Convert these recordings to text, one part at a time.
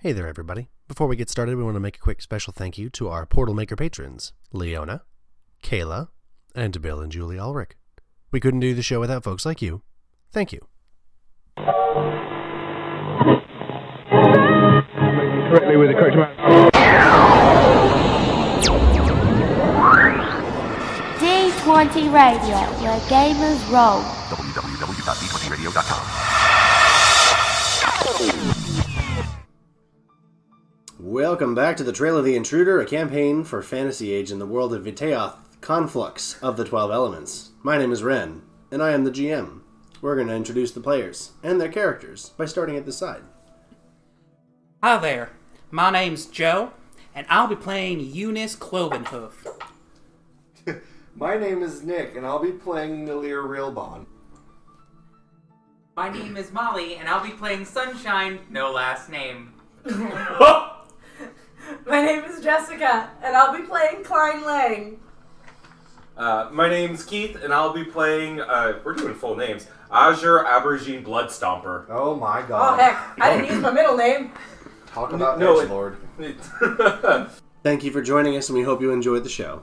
Hey there, everybody. Before we get started, we want to make a quick special thank you to our Portal Maker patrons, Leona, Kayla, and Bill and Julie Ulrich. We couldn't do the show without folks like you. Thank you. correctly with the correct amount. D20 Radio, where gamers roll. Welcome back to the Trail of the Intruder, a campaign for Fantasy Age in the world of Vitaoth, Conflux of the Twelve Elements. My name is Ren, and I am the GM. We're going to introduce the players and their characters by starting at the side. Hi there, my name's Joe, and I'll be playing Eunice Clovenhoof. My name is Nick, and I'll be playing Nalir Rilbon. My name is Molly, and I'll be playing Sunshine, no last name. My name is Jessica, and I'll be playing Klein Lang. Uh, my name's Keith, and I'll be playing. Uh, we're doing full names. Azure Aborigine Bloodstomper. Oh my Oh god. heck, I didn't use my middle name. Talk about No, Edge it- Lord. Thank you for joining us, and we hope you enjoyed the show.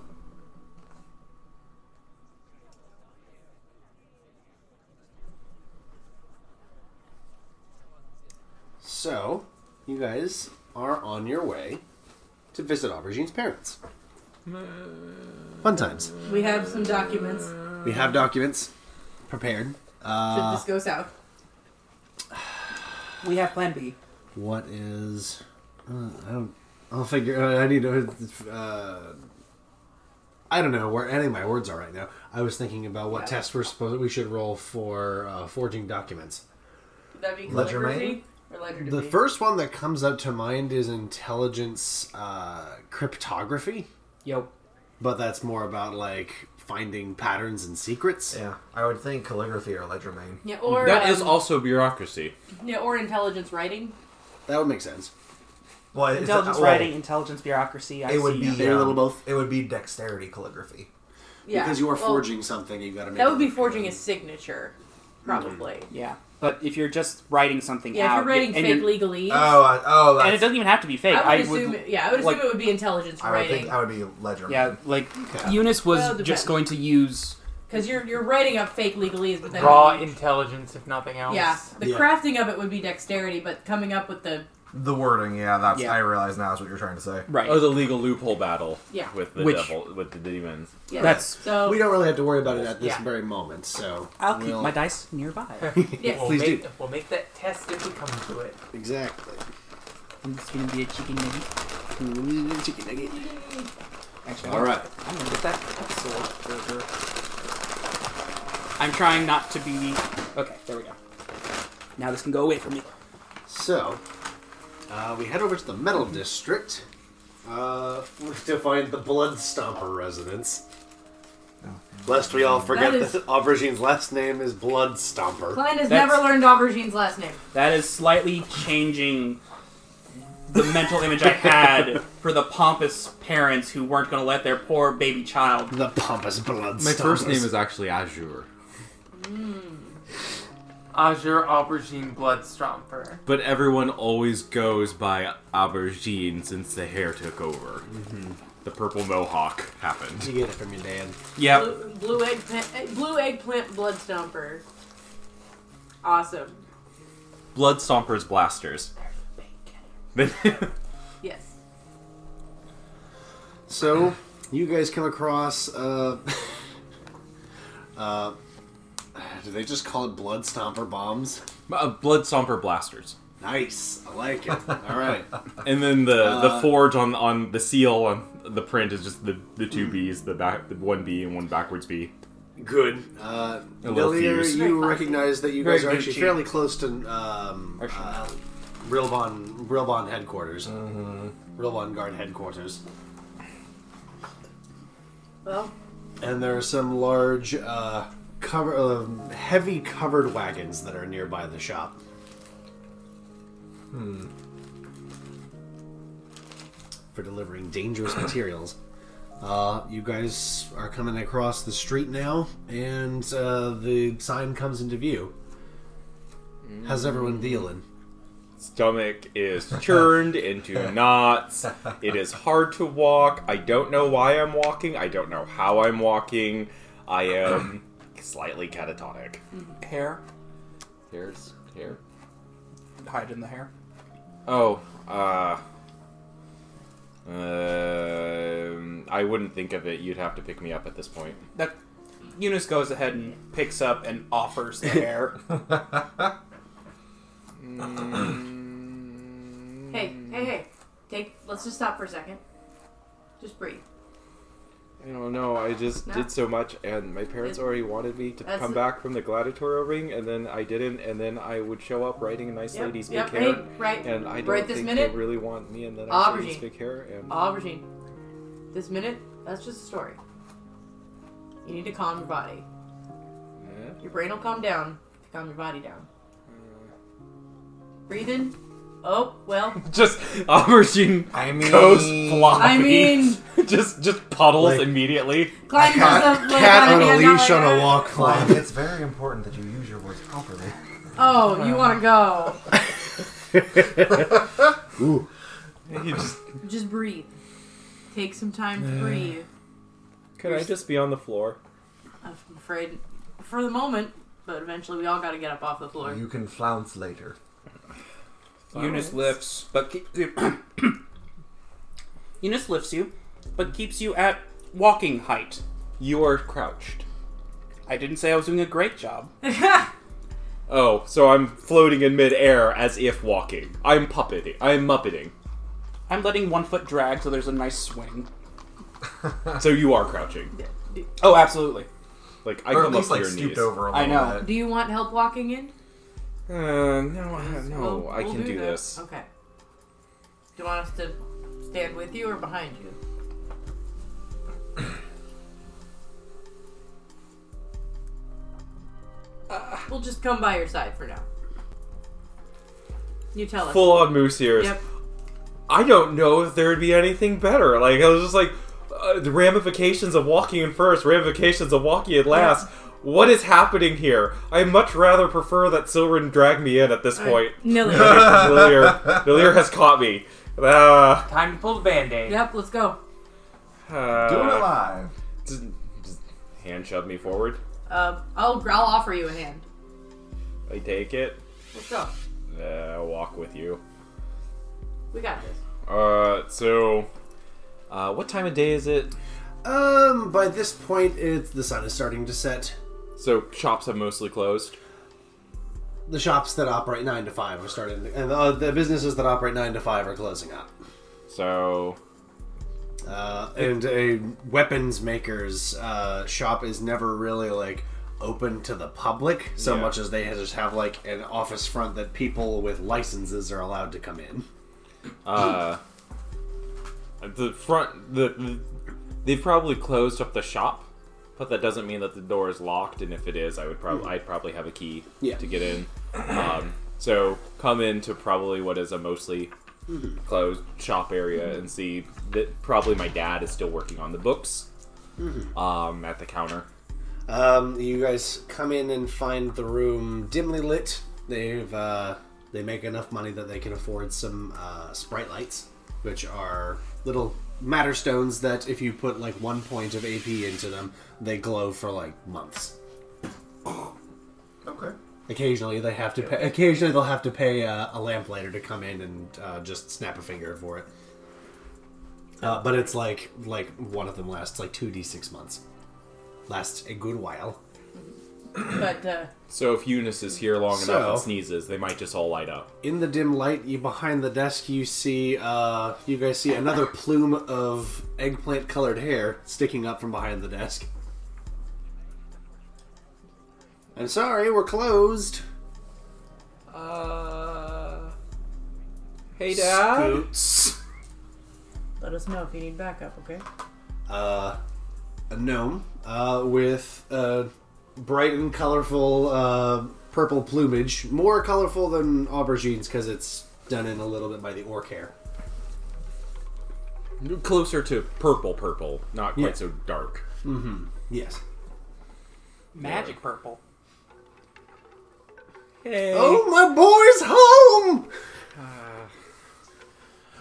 So, you guys are on your way to visit Aubergine's parents. Fun times. We have some documents. Should We have documents prepared. Uh, this go south? We have Plan B. What is? Uh, I don't. I'll figure. I need to. Uh, I don't know where any of my words are right now. I was thinking about what test we're supposed we should roll for uh, forging documents. That'd be Ledger calligraphy or ledger The first one that comes up to mind is intelligence uh, cryptography, Yo. but that's more about like finding patterns and secrets. Yeah, I would think calligraphy or ledger main. Yeah, or um, That is also bureaucracy. yeah, or intelligence writing. That would make sense. Well, it's- Intelligence well, writing, intelligence bureaucracy. I E. It would see be ya. They're a little um, both. It would be dexterity calligraphy. Yeah, because you are well, forging something, you got to make. That would it be look forging good. Hmm. a signature, probably. Yeah, but if you're just writing something Yeah, out, if you're writing and fake you're- legalese, Oh, I, oh, and it that's, doesn't even have to be fake. I would assume. it, yeah, I would assume like- it would be intelligence I would writing think I would be ledger Yeah, main. like Okay. Eunice was Well, it depends. just going to use. because you're you're writing up fake legalese, but then Raw you- intelligence, if nothing else. yeah, the Yeah. crafting of it would be dexterity, but coming up with the The wording, yeah, that's. Yeah. I realize now is what you're trying to say. Right. Oh, the legal loophole battle. Yeah. With the Which- devil, with the demons. yeah, That's- so We don't really have to worry about it at this Yeah. very moment, so I'll keep we'll- my dice nearby. yes. We'll Please make, do. We'll make that test if we come to it. exactly. I'm just gonna be a chicken nugget. Actually, All right. I'm gonna get that sword burger. I'm trying not to be. Okay, there we go. Now this can go away from me. So, uh, we head over to the metal district uh, to find the Blood Stomper residence. Lest we all forget That is- that, Aubergine's last name is Blood Stomper. Klein has That's- never learned Aubergine's last name. That is slightly changing the mental image I had for the pompous parents who weren't going to let their poor baby child. The pompous Blood My first name is actually Azure, Hmm. Azure Aubergine Bloodstomper. but everyone always goes by Aubergine since the hair took over. Mm-hmm. The purple mohawk happened. You get it from your dad. Yep. Blue, blue eggplant, blue eggplant blood stomper. Awesome. Blood Stompers Blasters. Yes. So, you guys come across. Uh, uh, do they just call it Blood Stomper bombs? Uh, Blood Stomper Blasters. Nice. I like it. All right. And then the, Uh. the forge on on the seal on the print is just the, the two B's, the back the one B and one backwards B. Good. Uh, little Villier, fuse. you recognize that you Very guys are actually Gucci. fairly close to um, uh, Rilbon, Rilbon headquarters. Mm-hmm. Rilbon Guard headquarters. Well, And there are some large, uh, cover, um heavy covered wagons that are nearby the shop. For delivering dangerous materials. Uh, you guys are coming across the street now, and uh, the sign comes into view. How's everyone dealing? stomach is churned into knots. It is hard to walk. I don't know why I'm walking. I don't know how I'm walking. I am slightly catatonic. Mm-hmm. Hair. There's here. Hide in the hair. Oh, uh. Um, I wouldn't think of it. You'd have to pick me up at this point. That Eunice goes ahead and picks up and offers the hair. Mm. Hey, hey, hey. Take. Let's just stop for a second. Just breathe. I don't know. I just No. did so much, and my parents It- already wanted me to That's come the- back from the gladiatorial ring, and then I didn't, and then I would show up writing a nice Yep, lady's yep, big hair, right, right. and I don't Right this think minute? they really want me in that nice lady's Aubergine. big hair. And Aubergine. This minute, that's just a story. You need to calm your body. Yeah. Uh. Your brain will calm down if you calm your body down. Breathe in. Oh, well. just aubergine I mean- goes floppy. I mean- just just puddles Like- immediately. Climb Cat- yourself, little Cat on bunny, a I'm not leash like on a that. walk Clyde, fly. it's very important that you use your words properly. Oh, you want to go. Ooh. You just- Just breathe. Take some time to breathe. Could I just be on the floor? I'm afraid for the moment, but eventually we all got to get up off the floor. You can flounce later. Eunice lifts, but keep, Eunice lifts you, but keeps you at walking height. You are crouched. I didn't say I was doing a great job. Oh, so I'm floating in midair as if walking. I'm puppeting. I'm muppeting. I'm letting one foot drag, so there's a nice swing. So you are crouching. Oh, absolutely. Like I Or at come up least to like your stooped knees. over a little I know. bit. Do you want help walking in? Uh, no, I, no, We'll- I we'll can do that. this. Okay. Do you want us to stand with you or behind you? Uh. we'll just come by your side for now. You tell us. Full on moose ears. Yep. I don't know if there would be anything better. Like I was just like, uh, the ramifications of walking in first, ramifications of walking in last. What is happening here? I much rather prefer that Silrin drag me in at this point. Nilly. Lilier, Lilier has caught me. Ah, Time to pull the band aid. yep, let's go. Do it uh, alive. just, just hand shove me forward. Uh, I'll, I'll offer you a hand. I take it. Let's go. Uh, I'll walk with you. We got this. Uh, so, uh, what time of day is it? Uh, Um, by this point, it's the sun is starting to set. So shops have mostly closed. The shops that operate nine to five are starting, to, and the, the businesses that operate nine to five are closing up. So Uh, and a weapons maker's uh, shop is never really like open to the public so Yeah. much as they just have like an office front that people with licenses are allowed to come in. uh, the front the, the they've probably closed up the shop, but that doesn't mean that the door is locked. And if it is, I would probably I'd probably have a key Mm. Yeah. to get in. Um, so come into probably what is a mostly Mm-hmm. closed shop area and see that probably my dad is still working on the books Mm-hmm. um, at the counter. Um, you guys come in and find the room dimly lit. They've uh, they make enough money that they can afford some uh, sprite lights, which are little matter stones that if you put like one point of AP into them, they glow for like months. Okay. Occasionally, they have to pay. Occasionally, they'll have to pay uh, a lamplighter to come in and uh, just snap a finger for it. Uh, but it's like like one of them lasts like two d six months. Lasts a good while. But uh, So if Eunice is here long So- enough and sneezes, they might just all light up. In the dim light, you behind the desk, you see uh, you guys see another plume of eggplant-colored hair sticking up from behind the desk. I'm sorry, we're closed. uh, Hey, Scoots. let us know if you need backup, okay? uh, a gnome uh, with uh, bright and colorful uh, purple plumage, more colorful than aubergine's because it's done in a little bit by the orc hair. Closer to purple, purple, not quite Yeah. so dark. Mm-hmm. Yes. Magic purple. Oh, my boy's home!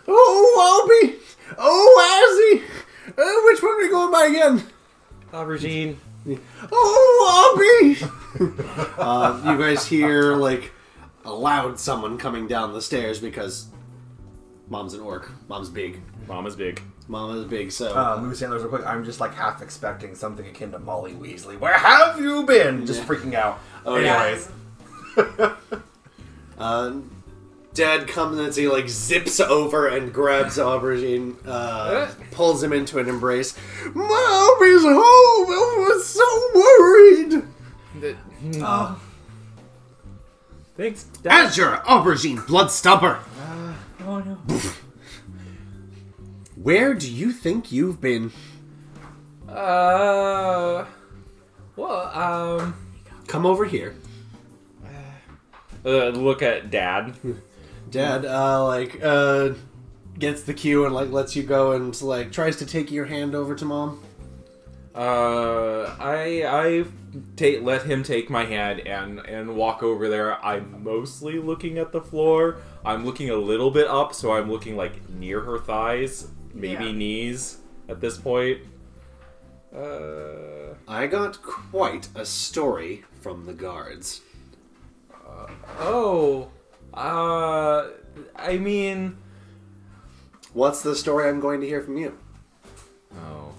Oh, Albie! Oh, Azzy! Uh, which one are we going by again? Aubergine. Oh, Albie! uh, you guys hear, like, a loud someone coming down the stairs because mom's an orc. Mom's big. Mom is big. Mama's big, so. Uh, Moose Sandler's real quick. I'm just like half expecting something akin to Molly Weasley. Where have you been? Just freaking out. Oh, yeah. Anyways, Uh, Dad comes and he like zips over and grabs Aubergine, uh, pulls him into an embrace. Mommy's home. I was so worried. Uh, Thanks. Dad. Azure Aubergine Bloodstomper. Oh, no. Where do you think you've been? Uh. Well, um. Come over here, Uh, look at Dad. Dad. Uh, like uh, gets the cue and like lets you go and like tries to take your hand over to mom. Uh, I I take let him take my hand and and walk over there. I'm mostly looking at the floor. I'm looking a little bit up, so I'm looking like near her thighs, maybe Yeah. knees at this point. Uh, I got quite a story from the guards. Uh, oh, uh, I mean, What's the story I'm going to hear from you? oh,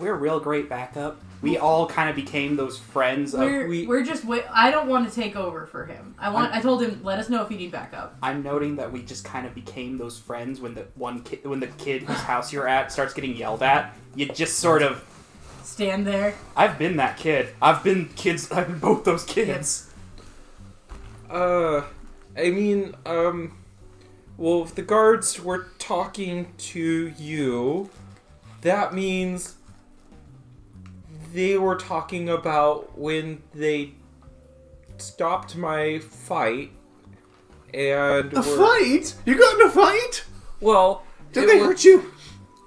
We're real great backup. We all kind of became those friends of. We're, we, we're just wait. I don't want to take over for him. I want. I told him let us know if you need backup. I'm noting that we just kind of became those friends when the one kid, when the kid whose house you're at starts getting yelled at. You just sort of. Stand there. I've been that kid. I've been kids. I've been both those kids. Uh, I mean, um, well, if the guards were talking to you, that means they were talking about when they stopped my fight and A were- fight? You got in a fight? well Did it they wa- hurt you?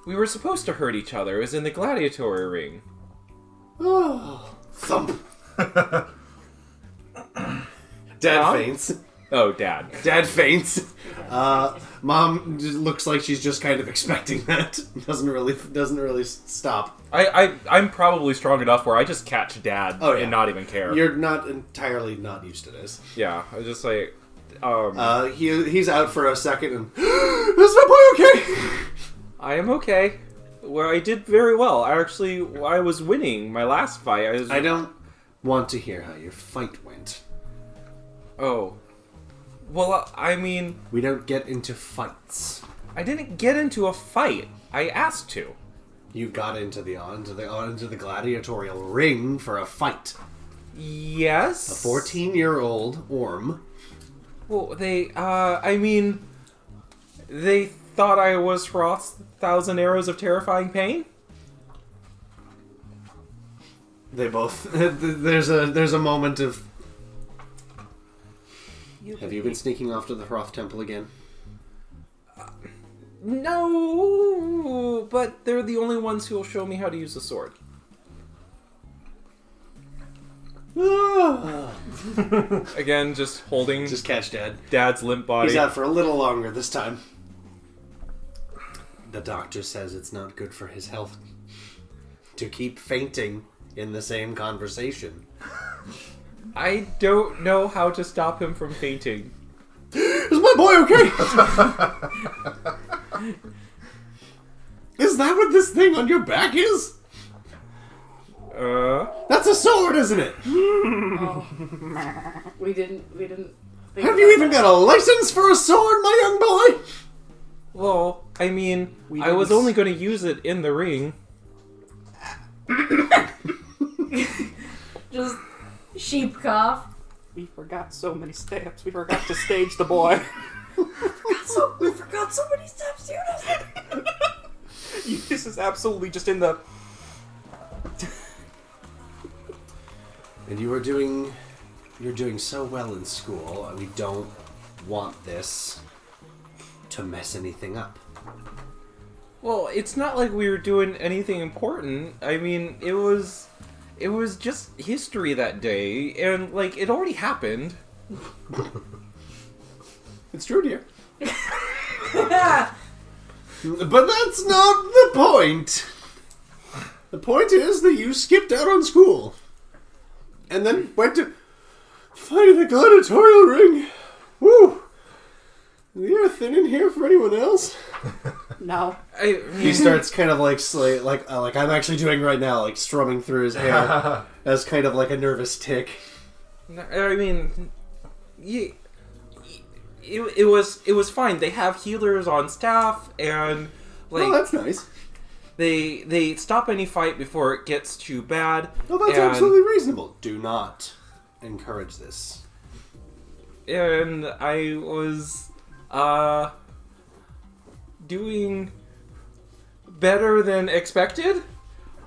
we were supposed to hurt each other it was in the gladiatorial ring Oh, thump. Dad Mom? faints. oh dad Dad faints. Uh, Mom just looks like she's just kind of expecting that. Doesn't really doesn't really s- stop. I, I i'm probably strong enough where i just catch dad Oh, yeah. and not even care You're not entirely not used to this. yeah i was just like um Uh, he he's out for a second and is my boy okay? I am okay. Well, I did very well. I actually, I was winning my last fight. I was. I don't want to hear how your fight went. oh. Well, I mean, We don't get into fights. I didn't get into a fight. I asked to. You got into the onto the onto the gladiatorial ring for a fight. Yes. A 14 year old Orm. Well, they. Uh, I mean, they thought I was Roth's thousand arrows of terrifying pain. They both. There's a there's a moment of. Have you been sneaking off to the Hroth Temple again? No, but they're the only ones who will show me how to use the sword. Ah. Again, just holding Just catch Dad. dad's limp body. He's out for a little longer this time. The doctor says it's not good for his health to keep fainting in the same conversation. I don't know how to stop him from fainting. Is my boy okay? is that what this thing on your back is? Uh, That's a sword, isn't it? Oh. We didn't. We didn't. Think Have about you even that. got a license for a sword, my young boy? well, I mean, We I was didn't- only going to use it in the ring. just sheep cough? We forgot so many steps. We forgot to stage the boy. We forgot so many steps, Eunice. this is absolutely just in the. And you are doing, you're doing so well in school. and We don't want this to mess anything up. Well, it's not like we were doing anything important. I mean, it was, it was just history that day, and like it already happened. It's true to you. Yeah. But that's not the point. The point is that you skipped out on school. And then went to fight in a gladiatorial ring. Woo! You're thin in here for anyone else. no. I, He starts kind of like sla- like uh, like I'm actually doing right now, like strumming through his hair as kind of like a nervous tick. No, I mean, ye- it, it was it was fine. They have healers on staff, and like Well, Oh, that's nice. they they stop any fight before it gets too bad. Well, Oh, that's and, absolutely reasonable. Do not encourage this. And I was uh doing better than expected.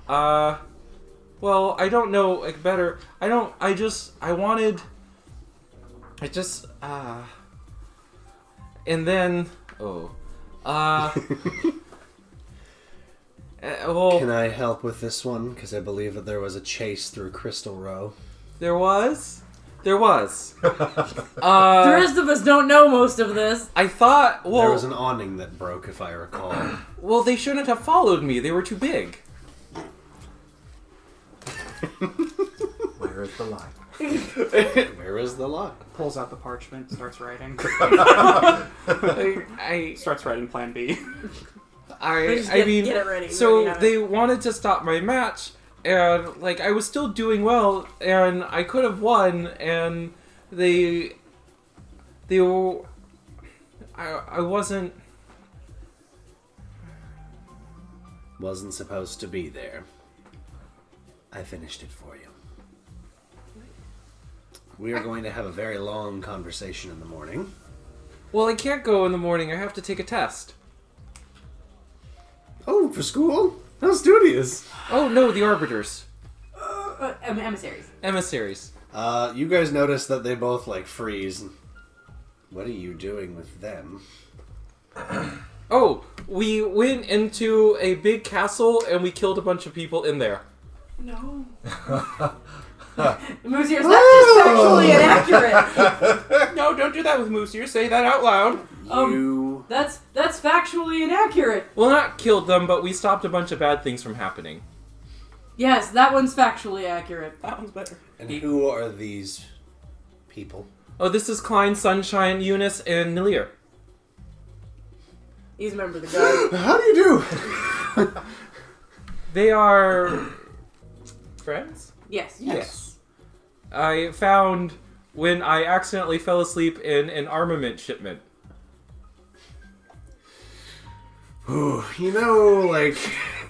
Uh, well, I don't know like better. I don't. I just I wanted. I just uh. And then oh, uh. eh, well, Can I help with this one? Because I believe that there was a chase through Crystal Row. there was, there was. The Uh, rest of us don't know most of this. I thought. Well, There was an awning that broke, if I recall. well, they shouldn't have followed me. They were too big. Where is the line? Where is the line? Pulls out the parchment, starts writing. I, I, starts writing Plan B. I, They just I get- mean, get it ready, so ready, have it. they wanted to stop my match, and like I was still doing well, and I could have won, and they, they, were, I, I wasn't. Wasn't supposed to be there. I finished it for you. We are going to have a very long conversation in the morning. Well, I can't go in the morning. I have to take a test. Oh, for school? How studious! Oh no, the arbiters, Uh, em- emissaries. emissaries. Uh, you guys notice that they both like freeze. What are you doing with them? Oh, we went into a big castle and we killed a bunch of people in there. No. Moosier's that's just sexually inaccurate. No, don't do that with Moose. You say that out loud. Um, you. That's that's factually inaccurate. Well, not killed them, but we stopped a bunch of bad things from happening. Yes, that one's factually accurate. That one's better. And who are these people? Oh, this is Klein, Sunshine, Eunice, and Nilir. He's a member of the guard. How do you do? They are friends. Yes. Yes. I found when I accidentally fell asleep in an armament shipment. Ooh, you know, like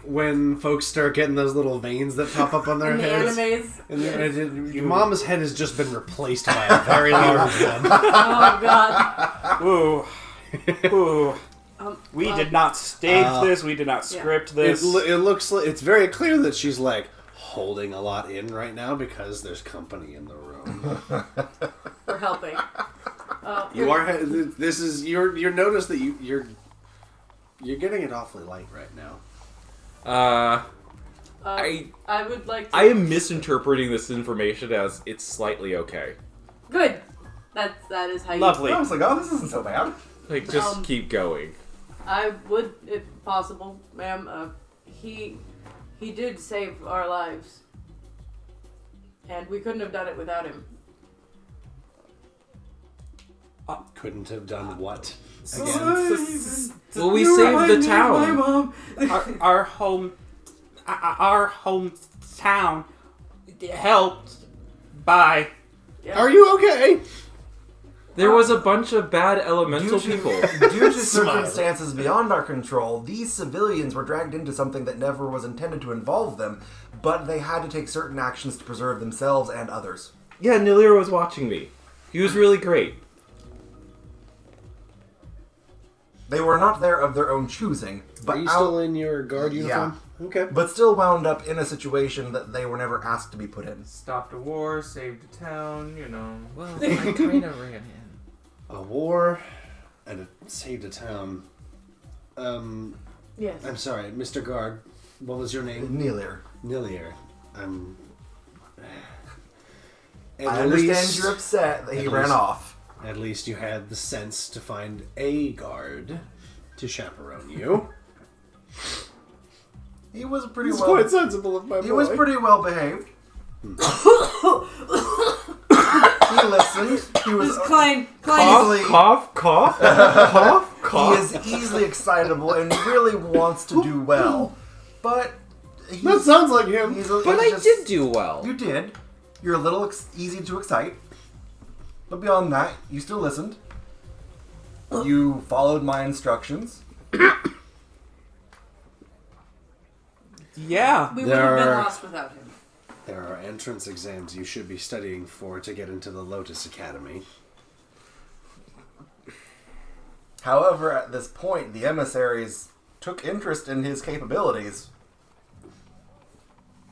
when folks start getting those little veins that pop up on their In the heads. animes. And then- and then your mom's head has just been replaced by a very large one. Oh god. Ooh. Ooh. Um, We um, did not stage this. We did not yeah. script uh, It, this. lo- it looks like it's very clear that she's like holding a lot in right now because there's company in the room. We're helping. Uh, You are. ha- This is you're. You're notice that you you're. You're getting it awfully light right now. Uh, uh, I, I would like. To, I am misinterpreting this information as it's slightly okay. good. That's that is how you. Lovely. I was like, oh, this isn't so bad. Like, just Um, keep going. I would, if possible, ma'am. Uh, he he did save our lives, and we couldn't have done it without him. Couldn't have done what again. Again. Well, we saved the town. mom. our, our home, our our hometown, helped by Are you okay? There was a bunch of bad elemental Due to- people. Due to circumstances beyond our control, these civilians were dragged into something that never was intended to involve them, but they had to take certain actions to preserve themselves and others. Yeah, Nilir was watching me. He was really great. They were not there of their own choosing, Are but you out- still in your guard uniform? Okay. but still wound up in a situation that they were never asked to be put in. Stopped a war, saved a town, you know. Well, I kind of ran in. A war, and it saved a town. Um, Yes. I'm sorry, Mr. Guard. What was your name? Neelir, Nilier. I'm. At I understand least- you're upset that he at ran least- off. At least you had the sense to find a guard to chaperone you. He was pretty He's well. quite sensible of my He was boy. pretty well behaved. he listened. He was Just Klein, Klein, easily. is, Cough, cough, cough, He cough. is easily excitable and really wants to do well, but he's, That sounds like him. he's a, But he's I just- did do well. You did. You're a little ex- easy to excite, but beyond that, you still listened. You followed my instructions. Yeah. we would have been There. lost without him. There are entrance exams you should be studying for to get into the Lotus Academy. However, at this point, the emissaries took interest in his capabilities.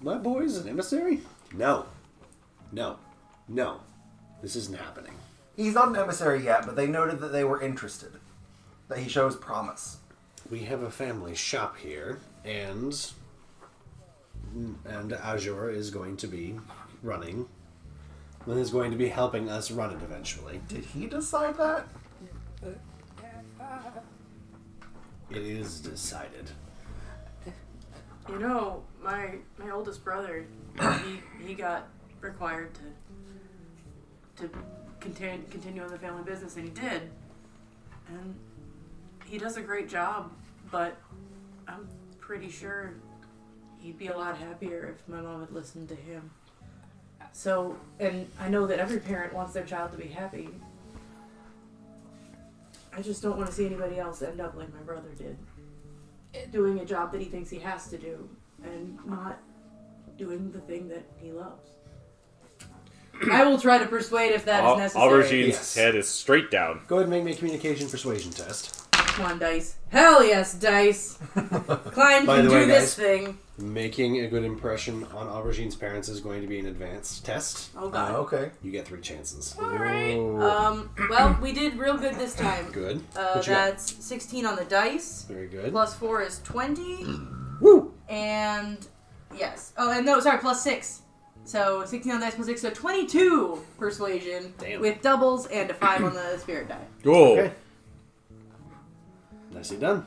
My boy's an emissary? No. No. No. This isn't happening. He's not an emissary yet, but they noted that they were interested. That he shows promise. We have a family shop here, and and Azure is going to be running. And is going to be helping us run it eventually. Did he decide that? It is decided. You know, my my oldest brother, he he got required to to continue continue on the family business, and he did, and he does a great job. But I'm pretty sure he'd be a lot happier if my mom had listened to him. So, and I know that every parent wants their child to be happy. I just don't want to see anybody else end up like my brother did doing a job that he thinks he has to do and not doing the thing that he loves. I will try to persuade if that is necessary. Aubergine's Yes. head is straight down. Go ahead and make me a communication persuasion test. Come on, dice. Hell yes, dice. Klein By can do the way, this guys- thing. Making a good impression on Aubergine's parents is going to be an advanced test. Uh, Oh god. okay. You get three chances. All right. Um. Well, we did real good this time. Oh. Good. Uh, what you got? that's 16 on the dice. Very good. Plus four is 20. Woo! And yes. Oh, and no, sorry, plus six. So 16 on the dice plus six, so 22 persuasion Damn. with doubles and a five on the spirit die. Go. Okay. Nicely done.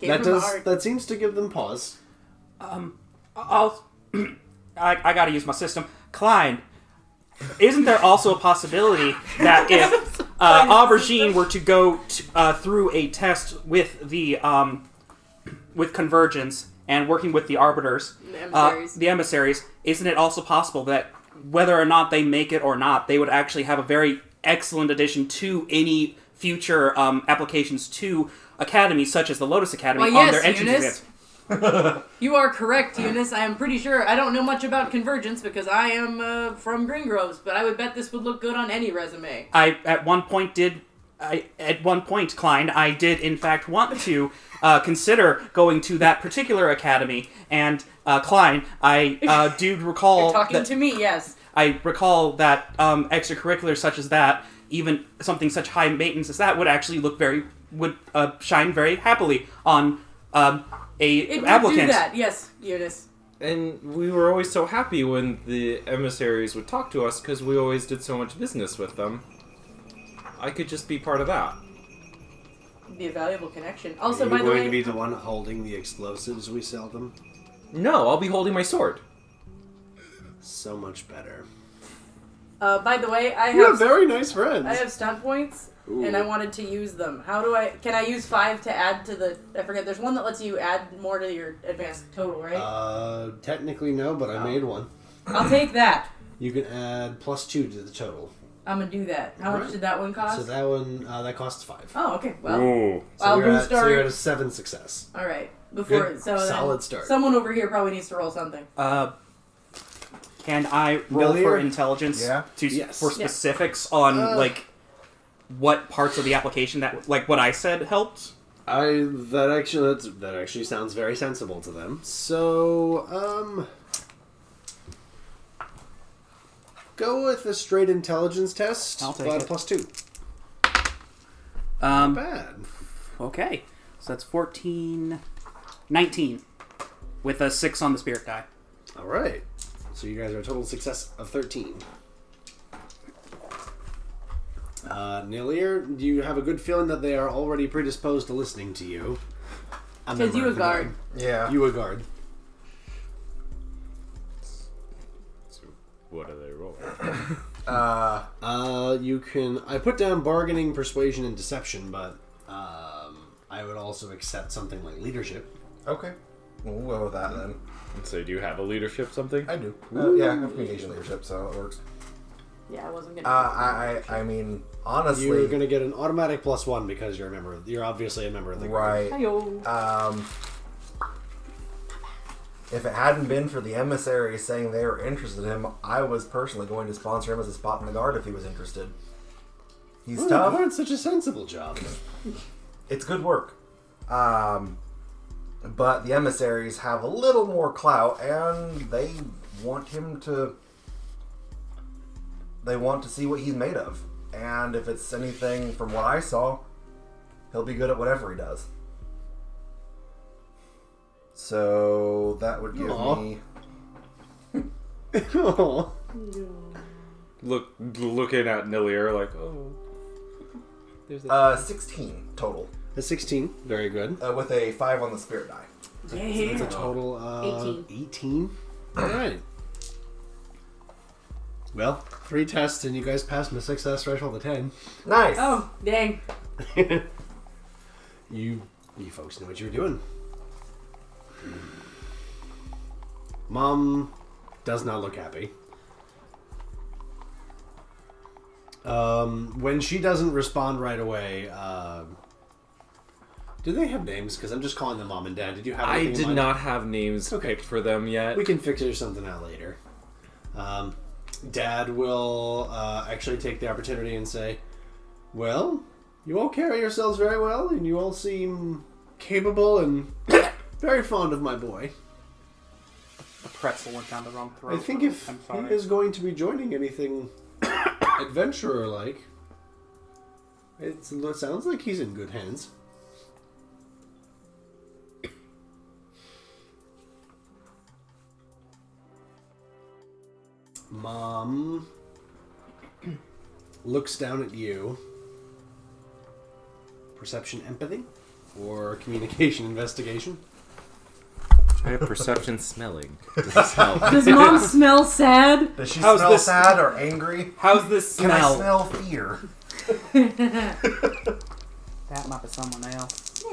Gave that him a does. heart. That seems to give them pause. I'll. I, I gotta use my system. Klein, isn't there also a possibility that if uh, Aubergine were to go t- uh, through a test with the um, with convergence and working with the arbiters, The uh, emissaries. the emissaries, isn't it also possible that whether or not they make it or not, they would actually have a very excellent addition to any future um, applications to academies such as the Lotus Academy Why, on yes, their entrance Eunice. exams? You are correct, Eunice. I am pretty sure. I don't know much about convergence because I am uh, from Greengroves, but I would bet this would look good on any resume. I at one point did. I, at one point, Klein, I did in fact want to uh, consider going to that particular academy, and uh, Klein, I uh, do recall You're talking that to me, yes. I recall that um, extracurriculars such as that, even something such high maintenance as that, would actually look very would uh, shine very happily on um, a It would applicant. do that, yes, Eunice. And we were always so happy when the emissaries would talk to us because we always did so much business with them. I could just be part of that. Be a valuable connection. Also, Are by you the going way, to be the one holding the explosives we sell them? No, I'll be holding my sword. So much better. uh, by the way, I You're have very nice friends. I have stunt points, and Ooh. I wanted to use them. How do I? Can I use five to add to the? I forget. There's one that lets you add more to your advanced total, right? Uh, technically no, but I made one. I'll take that. You can add plus two to the total. I'm gonna do that. How much Right. did that one cost? So that one uh, that costs five. So oh, okay. Well, Ooh. I'll you're, at, boost so our. you're at a seven success. All right. Before Good. so uh, then Solid start. Someone over here probably needs to roll something. Uh, can I roll for Familiar? intelligence Yeah. to Yes. for Yeah. specifics on like what parts of the application that like what I said helped? I that actually that's, that actually sounds very sensible to them. So um, go with a straight intelligence test. I'll take but it. plus two. Um, Bad. okay, so that's 14, 19 with a six on the spirit die. All right. So you guys are a total success of thirteen. Uh, Nilir, you have a good feeling that they are already predisposed to listening to you. A 'Cause member you a of the guard. guard. Yeah. You a guard. What are they rolling? Uh, uh, you can. I put down bargaining, persuasion, and deception, but um, I would also accept something like leadership. Okay. We'll go with that then. So do you have a leadership something? I do. Uh, yeah, I have communication leadership, so it works. Yeah, I wasn't Uh, I, I, I mean, honestly, you're going to get an automatic plus one because you're a member. Of, you're obviously a member of the right? guard. Um, if it hadn't been for the emissaries saying they were interested in him, I was personally going to sponsor him as a spot in the guard if he was interested. He's Oh, tough. Guard's such a sensible job. it's good work. Um, but the emissaries have a little more clout, and they want him to. They want to see what he's made of, and if it's anything from what I saw, he'll be good at whatever he does. So that would give Aw. me. Look, looking at Nilier like, oh. Uh, 16 total. A 16, very good. Uh, with a 5 on the spirit die. So that's a total of 18. All right. Well, three tests, and you guys passed my success threshold of 10. Nice. Oh, dang. you you folks knew what you were doing. Mom does not look happy. Um, when she doesn't respond right away, um do they have names? Because I'm just calling them mom and dad. Did you have? I anything in did mind? not have names picked for them yet. We can figure something out later. Um, Dad will uh, actually take the opportunity and say, "Well, you all carry yourselves very well, and you all seem capable and very fond of my boy. A pretzel went down the wrong throat. I think if I'm he sorry. is going to be joining anything adventurer-like, it's, it sounds like he's in good hands." Mom looks down at you. Perception empathy? Or communication investigation? I have perception smelling. Does mom smell sad? Does she How's smell this- sad or angry? How's this Can I smell? smell fear? that might be someone else.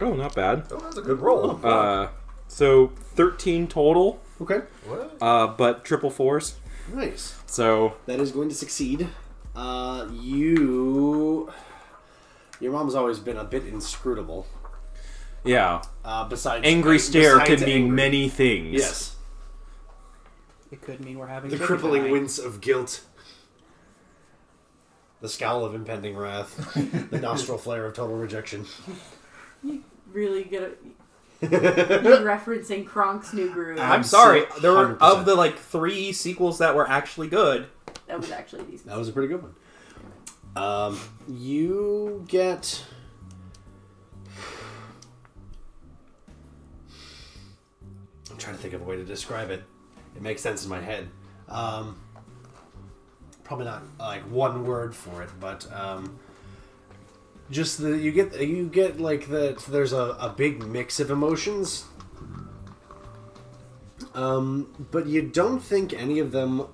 Oh, not bad. That was a good roll. Uh, so 13 total, Okay. uh, but triple fours. Nice. So That is going to succeed. Uh, you. Your mom's always been a bit inscrutable. yeah, Uh, besides. angry stare besides can mean angry. many things. Yes. It could mean we're having The baby crippling tonight. wince of guilt. The scowl of impending wrath. the nostril flare of total rejection. You really get it. You're referencing Kronk's New Groove. I'm sorry. There were 100%. of the like three sequels that were actually good. That was actually decent. That was a pretty good one. Um, you get. I'm trying to think of a way to describe it. It makes sense in my head. Um, probably not like one word for it, but um, just the you get you get like that. There's a, a big mix of emotions. Um, but you don't think any of them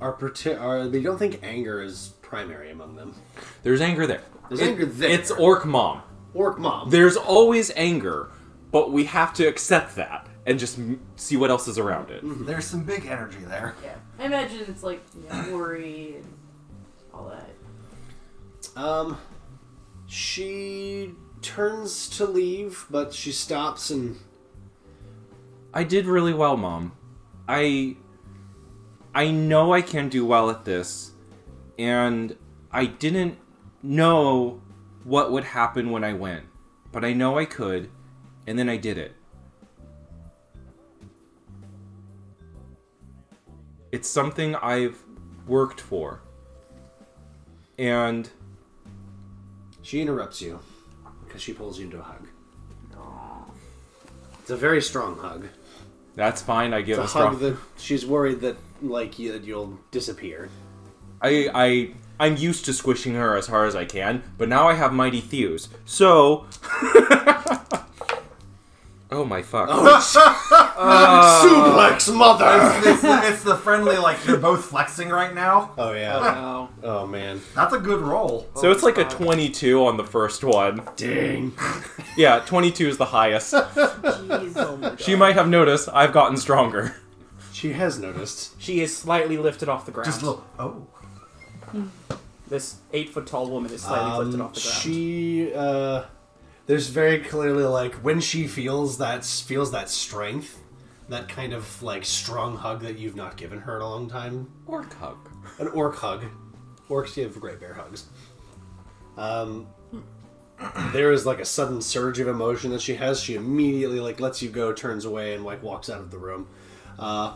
are, parti- are they don't think anger is primary among them. There's anger there. There's anger there. It's orc mom. Orc mom. There's always anger, but we have to accept that and just m- see what else is around it. There's some big energy there. Yeah. I imagine it's like you know, worry and all that. Um, she turns to leave, but she stops and I did really well, mom. I I know I can do well at this, and I didn't know what would happen when I went, but I know I could, and then I did it. It's something I've worked for. And she interrupts you because she pulls you into a hug. It's a very strong hug. that's fine. I give It's a a hug strong. that she's worried that like you, that you'll disappear. I I I'm used to squishing her as hard as I can, but now I have mighty thews. So Oh my fuck. Oh. Suplex, mother! It's, it's the, it's the friendly, like, you're both flexing right now. Oh, yeah. Oh, man. That's a good roll. So it's like a 22 on the first one. Dang. yeah, 22 is the highest. she might have noticed I've gotten stronger. She has noticed. She is slightly lifted off the ground. Just look. Oh. This eight foot tall woman is slightly lifted Um, off the ground. she uh, there's very clearly like when she feels that feels that strength, that kind of like strong hug that you've not given her in a long time. Orc hug. An orc hug. Orcs give great bear hugs. Um, there is like a sudden surge of emotion that she has. She immediately like lets you go, turns away, and like walks out of the room. Uh,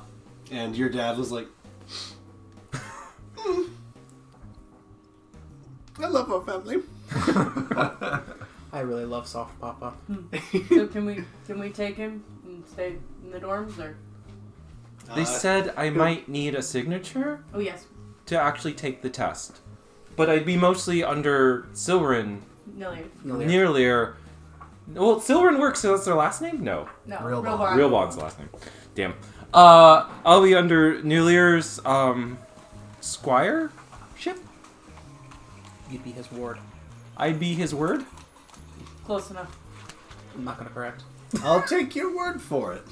and your dad was like, I love our family. I really love soft papa. so can we can we take him and stay in the dorms or? They said I might need a signature Oh yes. to actually take the test. But I'd be mostly under Silverin Nilliard. Nearlier. Well, Silverin works, so that's their last name? No. No, Real Real Bond. Real Bond's last name. Damn. Uh, I'll be under Nearlier's, um, squire? Ship? You'd be his ward. I'd be his word? Close enough. I'm not gonna correct. I'll take your word for it.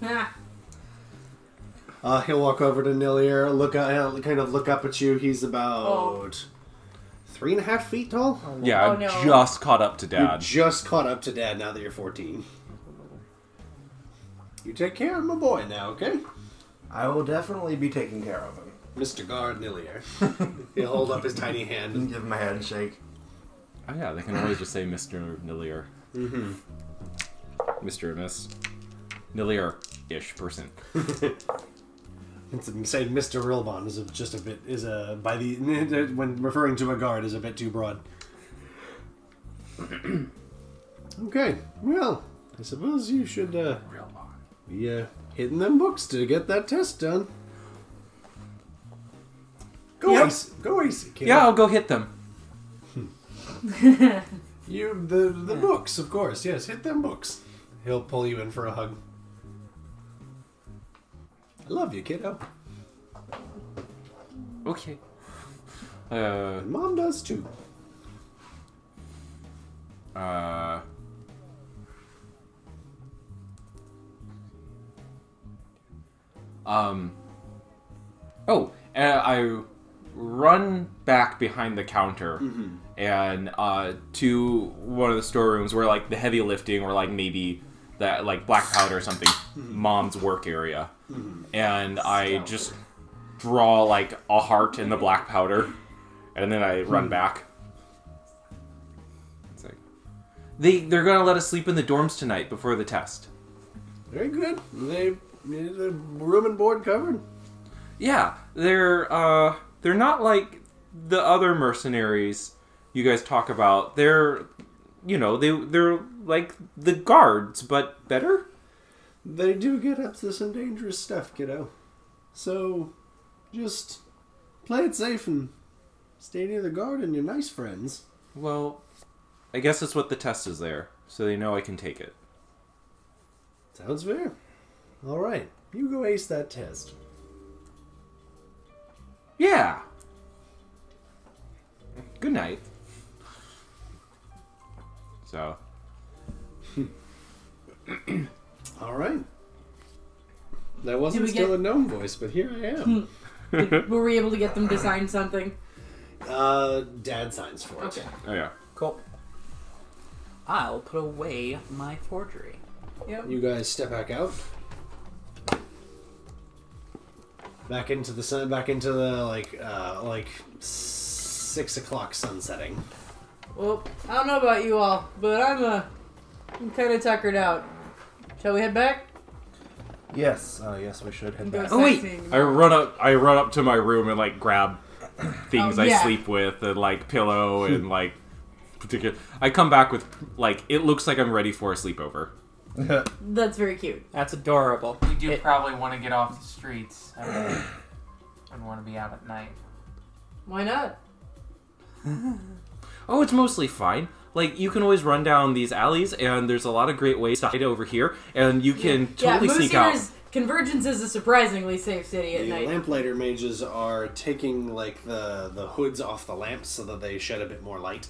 Nah. Uh, he'll walk over to Nilier, look at, uh, kind of look up at you. He's about Oh. three and a half feet tall. Yeah, Oh, I'm no. just caught up to You're dad. just caught up to Dad now that you're 14. You take care of my boy now, okay? I will definitely be taking care of him. Mr. Guard Nilier. he'll hold up his tiny hand. And give him a handshake. Oh, yeah, they can always just say Mr. Nillier. Mm-hmm. Mr. and Miss. Nillier ish person. It's saying Mr. Rilbon is a, just a bit is a by the when referring to a guard is a bit too broad. okay, well, I suppose you should uh, be uh, hitting them books to get that test done. Go Yep. easy, go easy, kid. Yeah, I'll go hit them. you the the books, of course. Yes, hit them books. He'll pull you in for a hug. I love you, kiddo. Okay. Uh, And mom does too. uh. Um. Oh, uh, I run back behind the counter Mm-hmm. Mm-hmm. and uh, to one of the storerooms where like the heavy lifting or like maybe that like black powder or something, mom's work area, and I just draw like a heart in the black powder, and then I run back. It's like they they're gonna let us sleep in the dorms tonight before the test. Very good. They the room and board covered. Yeah, they're uh they're not like the other mercenaries you guys talk about. They're you know, they they're like the guards but better. They do get up to some dangerous stuff, kiddo. So just play it safe and stay near the guard and your nice friends. Well, I guess that's what the test is there, so they know I can take it. Sounds fair. All right, you go ace that test. Yeah. Good night. So, All right. That wasn't we still get- a gnome voice, but here I Hmm. am. Were we able to get them to sign something? uh, Dad signs for it. Okay. oh yeah. Cool. I'll put away my forgery. Yep. You guys step back out. Back into the sun. Back into the like uh, like six o'clock sun setting. Well, I don't know about you all, but I'm uh, I'm kind of tuckered out. Shall we head back? Yes, uh, yes, we should hit Go that. Oh wait! sightseeing. I run up. I run up to my room and like grab things Oh, yeah. I sleep with and like pillow and like particular. I come back with like it looks like I'm ready for a sleepover. That's very cute. That's adorable. You do It- probably want to get off the streets and, and want to be out at night. Why not? Oh, it's mostly fine. Like you can always run down these alleys, and there's a lot of great ways to hide over here, and you can totally yeah, Moose sneak out. Eater's Convergence is a surprisingly safe city at The night. lamplighter mages are taking like the the hoods off the lamps so that they shed a bit more light.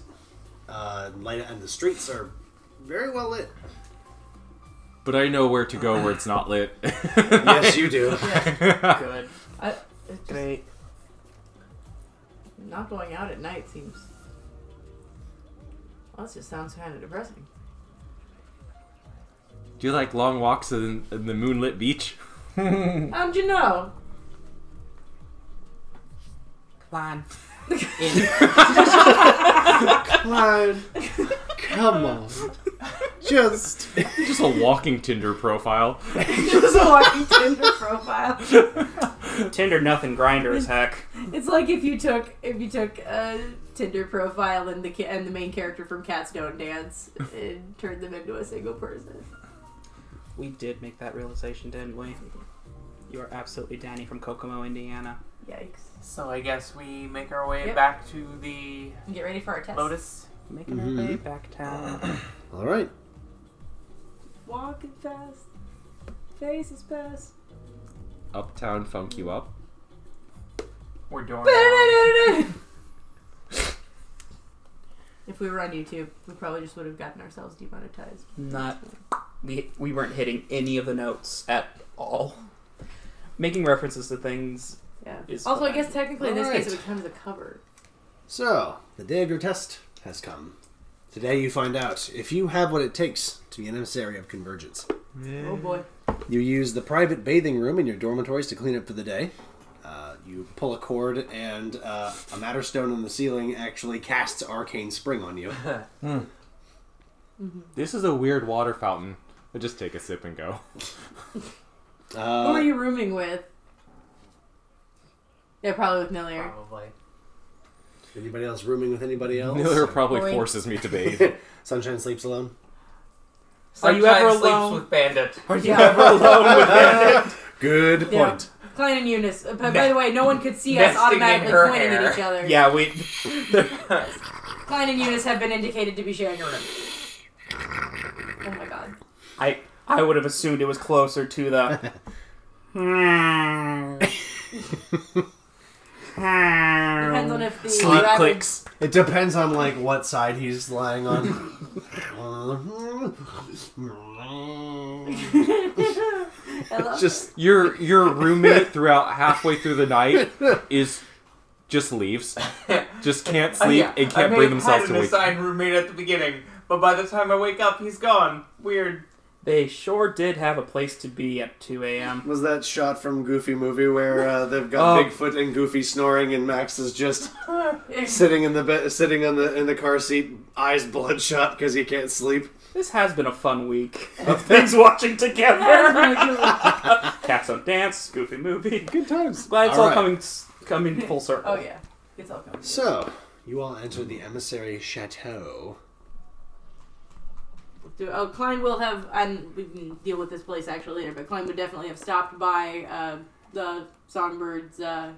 Uh, light and the streets are very well lit. But I know where to go where it's not lit. Yes, you do. Yeah. I, it just- Great. Not going out at night seems. Well, that just sounds kind of depressing. Do you like long walks in, in the moonlit beach? How'd you know? Klein. Clyde, come on. Just. Just a walking Tinder profile. Just a walking Tinder profile. Tinder nothing grinder as heck. It's like if you took if you took a Tinder profile and the ca- and the main character from Cats Don't Dance and turned them into a single person. We did make that realization, didn't we? You are absolutely Danny from Kokomo, Indiana. Yikes. So I guess we make our way Yep. back to the Get ready for our test. Lotus. Making Mhm. our way back town. All right. Walking fast, faces past. Uptown funk you up. We're doing If we were on YouTube, we probably just would have gotten ourselves demonetized. Not we we weren't hitting any of the notes at all. Making references to things. Yeah. Is also, I fine. guess technically in this case it Alright. would come as a cover. So, the day of your test has come. Today you find out if you have what it takes to be an emissary of Convergence. Oh boy. You use the private bathing room in your dormitories to clean up for the day. Uh, you pull a cord, and uh, a matter stone on the ceiling actually casts arcane spring on you. Mm-hmm. This is a weird water fountain. I just take a sip and go. Uh, Who are you rooming with? Yeah, probably with Miller. Probably. Anybody else rooming with anybody else? Miller probably Boing. forces me to bathe. Sunshine sleeps alone. Are you ever ever sleeps alone? with Bandit? Are you ever alone with Bandit? Good Yeah. point. Klein and Eunice. Uh, But by the way, no one could see us Nesting in automatically her pointing hair. at each other. Yeah, we. Klein and Eunice have been indicated to be sharing a room. Oh my god. I I would have assumed it was closer to the. Ah, Depends on if the Sleep rabbit- clicks. It depends on like what side he's lying on. I love Just Your your roommate throughout halfway through the night is just leaves. Just can't sleep Uh, yeah, and I can't may have bring themselves had to an wake. assigned roommate at the beginning, but by the time I wake up, he's gone. Weird. They sure did have a place to be at 2 a.m. was that shot from Goofy movie where uh, they've Oh, got Bigfoot and Goofy snoring, and Max is just sitting in the be- sitting on the in the car seat, eyes bloodshot because he can't sleep. This has been a fun week of things watching together. oh Cats on Dance, Goofy Movie. Good times. Glad it's all, Alright. coming coming full circle. Oh, yeah, it's all coming. So you all enter the emissary chateau. Do- Oh, Klein will have, and we can deal with this place actually later. But Klein would definitely have stopped by uh, the Songbirds' uh,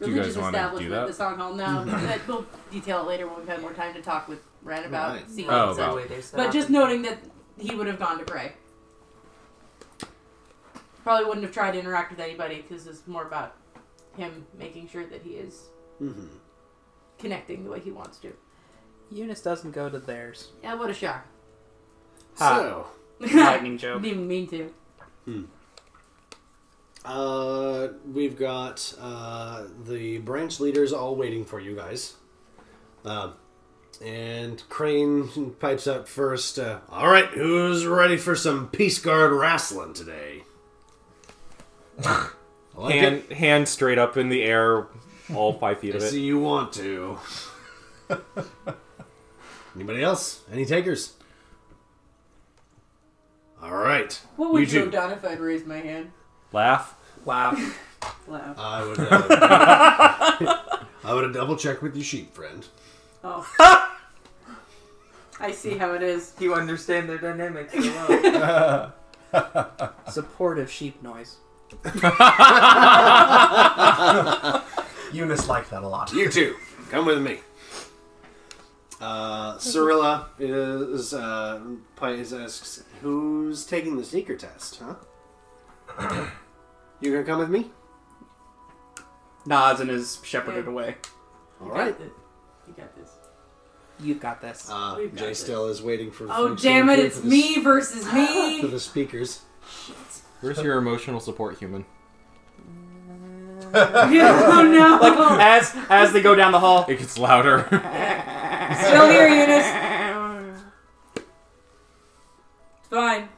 Do you religious guys wanna do establishment, that? the Song Hall. No, Mm-hmm. that we'll detail it later when we've had more time to talk with Ren about Right. seeing Oh, and about- such. Wait, there's But not- just noting that he would have gone to pray. Probably wouldn't have tried to interact with anybody because it's more about him making sure that he is Mm-hmm. connecting the way he wants to. Eunice doesn't go to theirs. Yeah, what a shock! So Didn't Lightning joke. even mean to. Uh, we've got uh, the branch leaders all waiting for you guys. Um, and Crane pipes up first. Uh, all right, who's ready for some Peace Guard wrestling today? I like Hand hand straight up in the air, all five feet it. I of it. see you want to. Anybody else? Any takers? All right. What would you, you have two. done if I'd raised my hand? Laugh. Wow. Laugh. I would. Uh, I would have double checked with your sheep friend. Oh. I see how it is. You understand their dynamics so well. Supportive sheep noise. Eunice liked that a lot. You too. Come with me. Uh, Cirilla is uh, plays asks, "Who's taking the sneaker test? Huh? you gonna come with me? Nods and is shepherded away. All right. You got this. You've got this. Uh, We've got Jay still is waiting for. Oh, for- damn it, for it's the- me versus For me! the speakers. Where's your emotional support human? oh no! Like as as they go down the hall, It gets louder. Still here, Eunice. It's fine.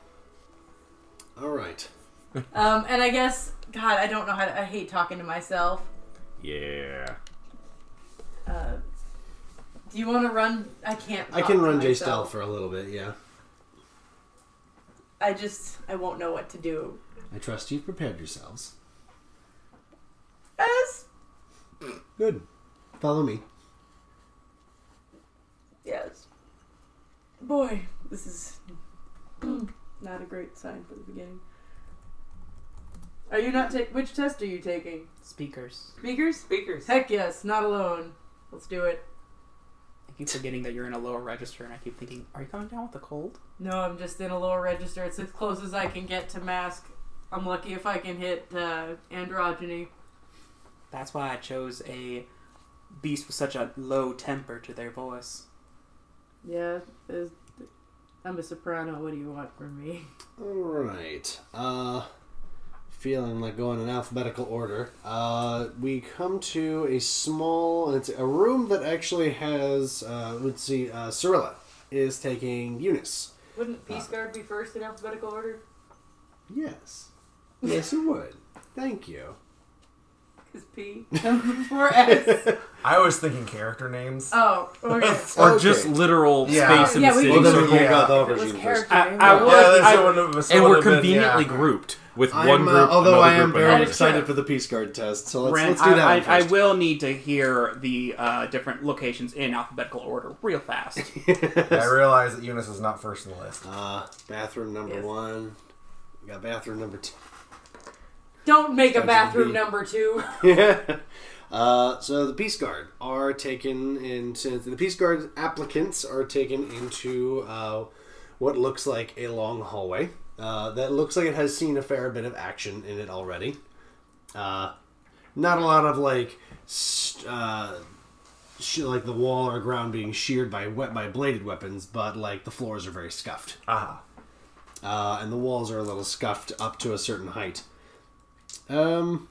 All right. Um, and I guess, God, I don't know how to, I hate talking to myself. yeah. Uh, do you want to run? I can't. I talk can to run Jay Stell myself. for a little bit. Yeah. I just, I won't know what to do. I trust you've prepared yourselves. Yes. Good. Follow me. Yes. Boy, this is not a great sign for the beginning. Are you not taking? Which test are you taking? speakers. Speakers? Speakers. Heck yes, not alone. Let's do it. I keep forgetting that you're in a lower register, and I keep thinking, are you coming down with a cold? No, I'm just in a lower register. It's as close as I can get to mask. I'm lucky if I can hit uh, androgyny. That's why I chose a beast with such a low temper to their voice. Yeah, is- I'm a soprano. What do you want from me? All right. Uh, feeling like going in alphabetical order. Uh, we come to a small. It's a room that actually has. Uh, let's see. Uh, Cirilla is taking Eunice. Wouldn't Ah. Peace Guard be first in alphabetical order? Yes. Yes, it would. Thank you. Because P comes before S. I was thinking character names. Oh, okay. Or Okay. just literal Yeah. space in Yeah, the we city. Well, then we circle. can go the If it was aubergine first. character I- name, I yeah. would- yeah, there's I- someone who- and someone we're who've been- conveniently yeah. grouped with I'm, one uh, group. although another I am group, very another- excited for the Peace Guard test, so let's, Ren, let's do that I, one I, I first. will need to hear the uh, different locations in alphabetical order real fast. I realize that Eunice is not first in the list. Uh, bathroom number Yes. one. We got bathroom number two. Don't make a Starts bathroom with a B. number two. Yeah. Uh, so the Peace Guard are taken in. Since the Peace Guard applicants are taken into uh, what looks like a long hallway uh, that looks like it has seen a fair bit of action in it already. Uh, not a lot of like, st- uh, sh- like the wall or ground being sheared by wet by bladed weapons, but like the floors are very scuffed, Ah, uh, and the walls are a little scuffed up to a certain height. Um.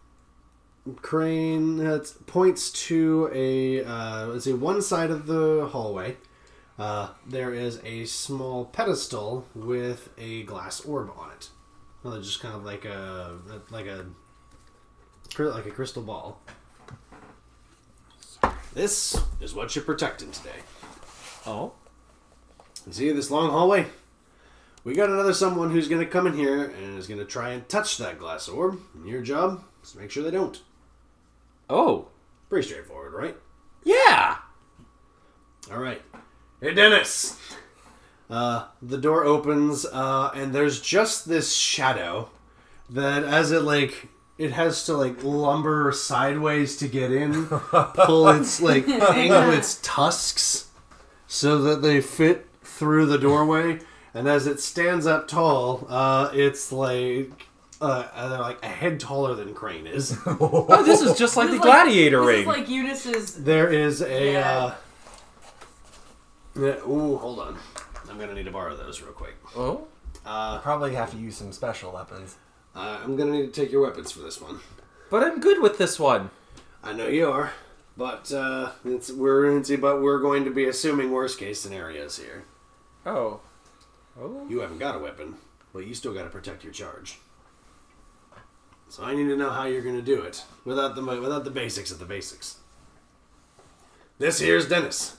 Crane uh, points to a uh, let's see one side of the hallway. Uh, there is a small pedestal with a glass orb on it. Well, it's just kind of like a like a like a crystal ball. This is what you're protecting today. Oh, You See this long hallway? We got another someone who's going to come in here and is going to try and touch that glass orb. And your job is to make sure they don't. oh, Pretty straightforward, right? yeah. All right. Hey, Dennis. Uh, the door opens, uh, and there's just this shadow that, as it like, it has to like lumber sideways to get in, pull its like angle its tusks so that they fit through the doorway, and as it stands up tall, uh, it's like. Uh, uh, they're like a head taller than Crane is. Oh, this is just like the This is gladiator this ring. Is like Eunice's. There is a. Yeah. Uh, yeah, ooh, hold on. I'm gonna need to borrow those real quick. oh, I probably have to use some special weapons. Uh, I'm gonna need to take your weapons for this one. but I'm good with this one. I know you are, but uh, it's we're it's- but we're going to be assuming worst case scenarios here. Oh, oh, You haven't got a weapon, but you still got to protect your charge. So I need to know how you're gonna do it without the mo- without the basics of the basics. This here's Dennis.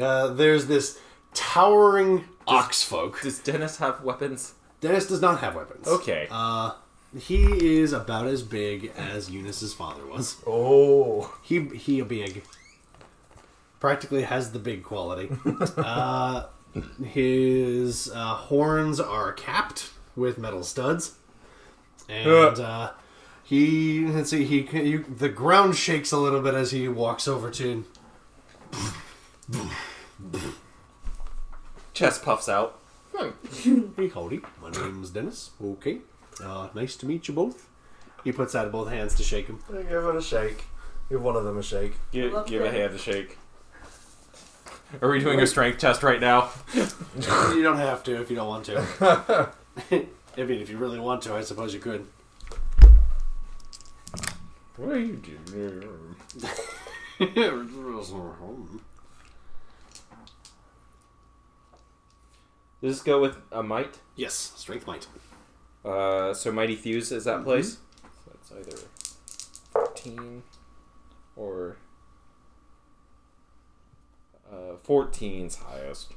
Uh, there's this towering oxfolk. does Dennis have weapons? Dennis does not have weapons. Okay. Uh, he is about as big as Eunice's father was. Oh, He he a big. Practically has the big quality. uh, his uh, horns are capped with metal studs, and uh, He let's see. He you, the ground shakes a little bit as he walks over to. him. Chest puffs out. Hmm. hey, howdy. My name's Dennis. Okay. Uh, nice to meet you both. He puts out both hands to shake him. I give it a shake. Give one of them a shake. Give, Love give a that. hand a shake. Are we doing a strength test right now? you don't have to if you don't want to. I mean, if you really want to, I suppose you could. What are you doing? Does this go with a might? Yes, strength might. Uh, so mighty fuse is that Mm-hmm. place? So that's either fourteen or uh, fourteen's highest.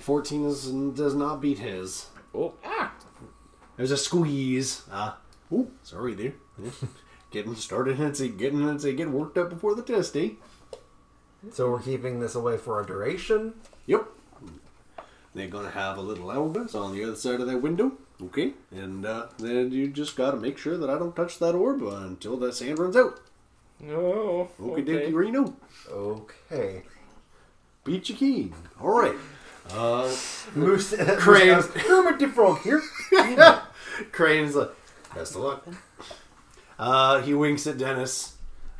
14 is, does not beat his. Oh. There's a squeeze. Ah. Ooh, sorry there. Yeah. getting started and see, getting and see, get worked up before the test, eh? So we're keeping this away for a duration. Yep. They're gonna have a little outburst on the other side of that window. Okay. And uh, then you just gotta make sure that I don't touch that orb until that sand runs out. No. Okay, Dickie Reno. Okay. Beat your king. All right. Uh, Moose. Crane's Kermit the Frog here. Crane's like, best of luck. Uh, he winks at Dennis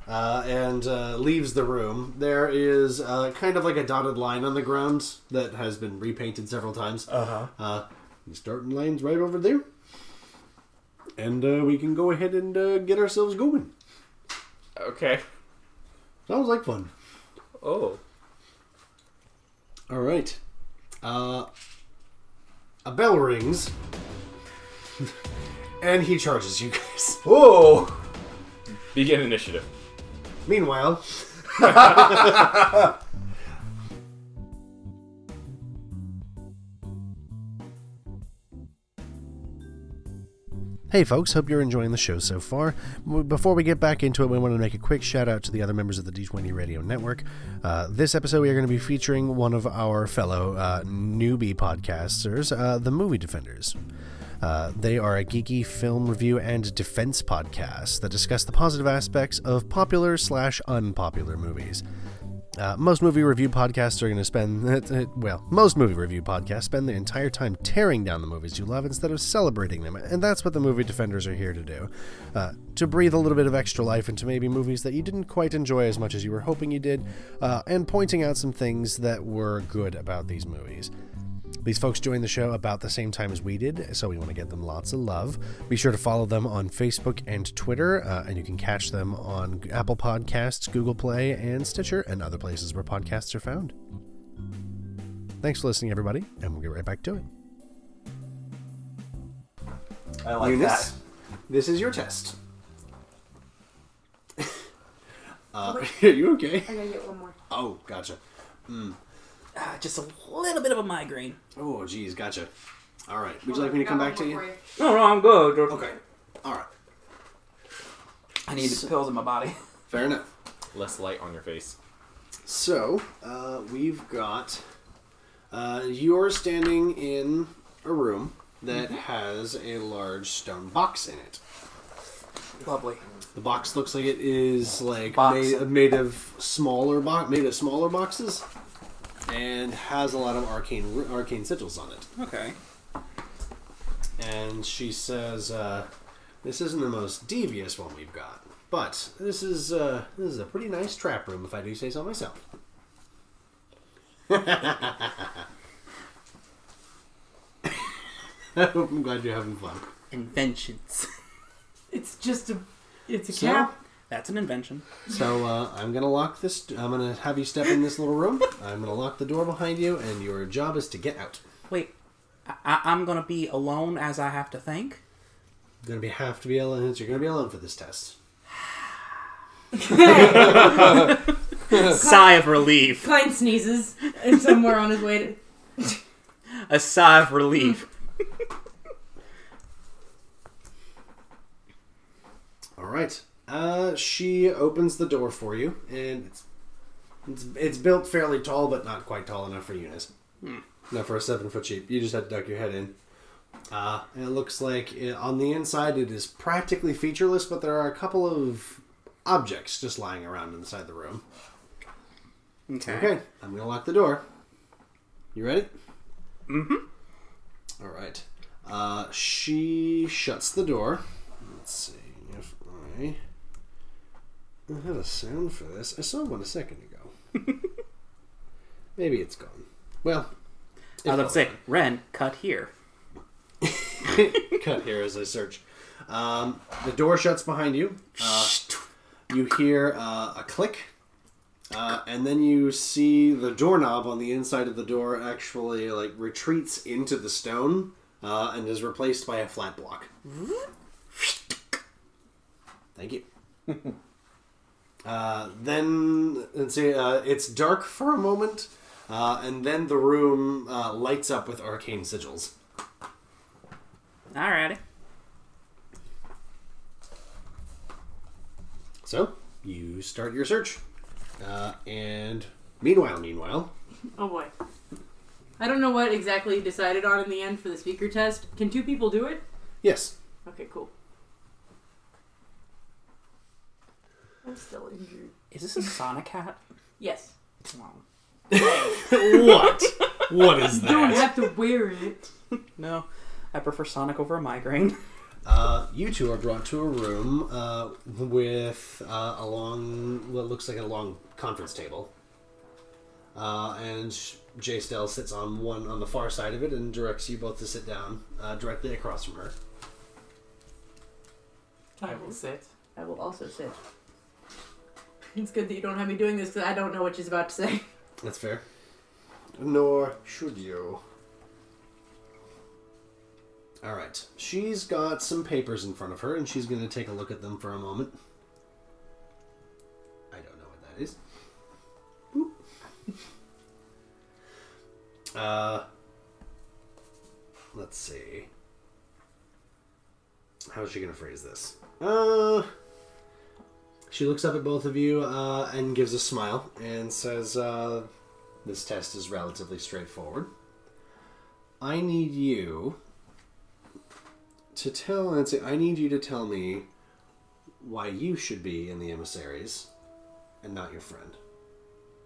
uh, and uh, leaves the room. There is uh, kind of like a dotted line on the ground that has been repainted several times. Uh-huh. Uh The starting line's right over there, and uh, we can go ahead and uh, get ourselves going. Okay. Sounds like fun. Oh. All right. Uh, a bell rings, and he charges you guys. Whoa! Begin initiative. Meanwhile, Hey, folks, hope you're enjoying the show so far. W- Before we get back into it, we want to make a quick shout out to the other members of the D20 Radio Network. Uh, this episode, we are going to be featuring one of our fellow uh, newbie podcasters, uh, the Movie Defenders. Uh, they are a geeky film review and defense podcast that discuss the positive aspects of popular slash unpopular movies. Uh, most movie review podcasts are going to spend, uh, well, most movie review podcasts spend the entire time tearing down the movies you love instead of celebrating them. And that's what the movie defenders are here to do uh, to breathe a little bit of extra life into maybe movies that you didn't quite enjoy as much as you were hoping you did, uh, and pointing out some things that were good about these movies. These folks joined the show about the same time as we did, so we want to get them lots of love. Be sure to follow them on Facebook and Twitter, uh, and you can catch them on Apple Podcasts, Google Play, and Stitcher, and other places where podcasts are found. Thanks for listening, everybody, and we'll get right back to it. I like Eunice? This is your test. Uh, are you okay? I gotta get one more. Oh, gotcha. Mm. Ah, just a little bit of a migraine. Oh, geez, gotcha. All right. Would you like me to come back to you? No, no, I'm good. Okay. All right. I need the pills in my body. Fair enough. Less light on your face. So, uh, we've got. Uh, you're standing in a room that Mm-hmm. has a large stone box in it. Lovely. The box looks like it is like Box. made, made of smaller box, made of smaller boxes, and has a lot of arcane ru- arcane sigils on it. Okay. And she says, uh, "This isn't the most devious one we've got, but this is uh, this is a pretty nice trap room, if I do say so myself." I'm glad you're having fun. Inventions. It's just a. It's a So? cap. That's an invention. So uh, I'm gonna lock this. I'm gonna have you step in this little room. I'm gonna lock the door behind you, and your job is to get out. Wait, I- I- I'm gonna be alone as I have to think. You're gonna be have to be alone. You're gonna be alone for this test. sigh of relief. Klein sneezes and somewhere on his way to. A sigh of relief. All right. Uh, she opens the door for you, and it's it's, it's built fairly tall, but not quite tall enough for Eunice. Hmm. Not for a seven foot sheep. You just have to duck your head in. Uh, it looks like it, on the inside it is practically featureless, but there are a couple of objects just lying around inside the room. Okay. Okay, I'm going to lock the door. You ready? Mm Mm-hmm. hmm. All right. Uh, she shuts the door. Let's see if I. I had a sound for this. I saw one a second ago. Maybe it's gone. Well, I was about to say, Ren, cut here. cut here as I search. Um, the door shuts behind you. Uh, you hear uh, a click, uh, and then you see the doorknob on the inside of the door actually like retreats into the stone uh, and is replaced by a flat block. Thank you. Uh, then let's see, uh, it's dark for a moment, uh, and then the room uh, lights up with arcane sigils. Alrighty. So you start your search, uh, and meanwhile, meanwhile, Oh boy. I don't know what exactly you decided on in the end for the speaker test. Can two people do it? yes, Okay, cool. I'm still injured. Is this a Sonic hat? Yes. what? What is You don't have to wear it. No, I prefer Sonic over a migraine. Uh, you two are brought to a room uh, with uh, a long, what looks like a long conference table, uh, and Jay Stell sits on one on the far side of it and directs you both to sit down uh, directly across from her. I will sit. I will also sit. It's good that you don't have me doing this because I don't know what she's about to say. That's fair. Nor should you. All right. She's got some papers in front of her, and she's going to take a look at them for a moment. I don't know what that is. Boop. uh, let's see. How is she going to phrase this? Uh, she looks up at both of you uh, and gives a smile and says, uh, This test is relatively straightforward. I need you to tell, let's see, I need you to tell me why you should be in the emissaries and not your friend.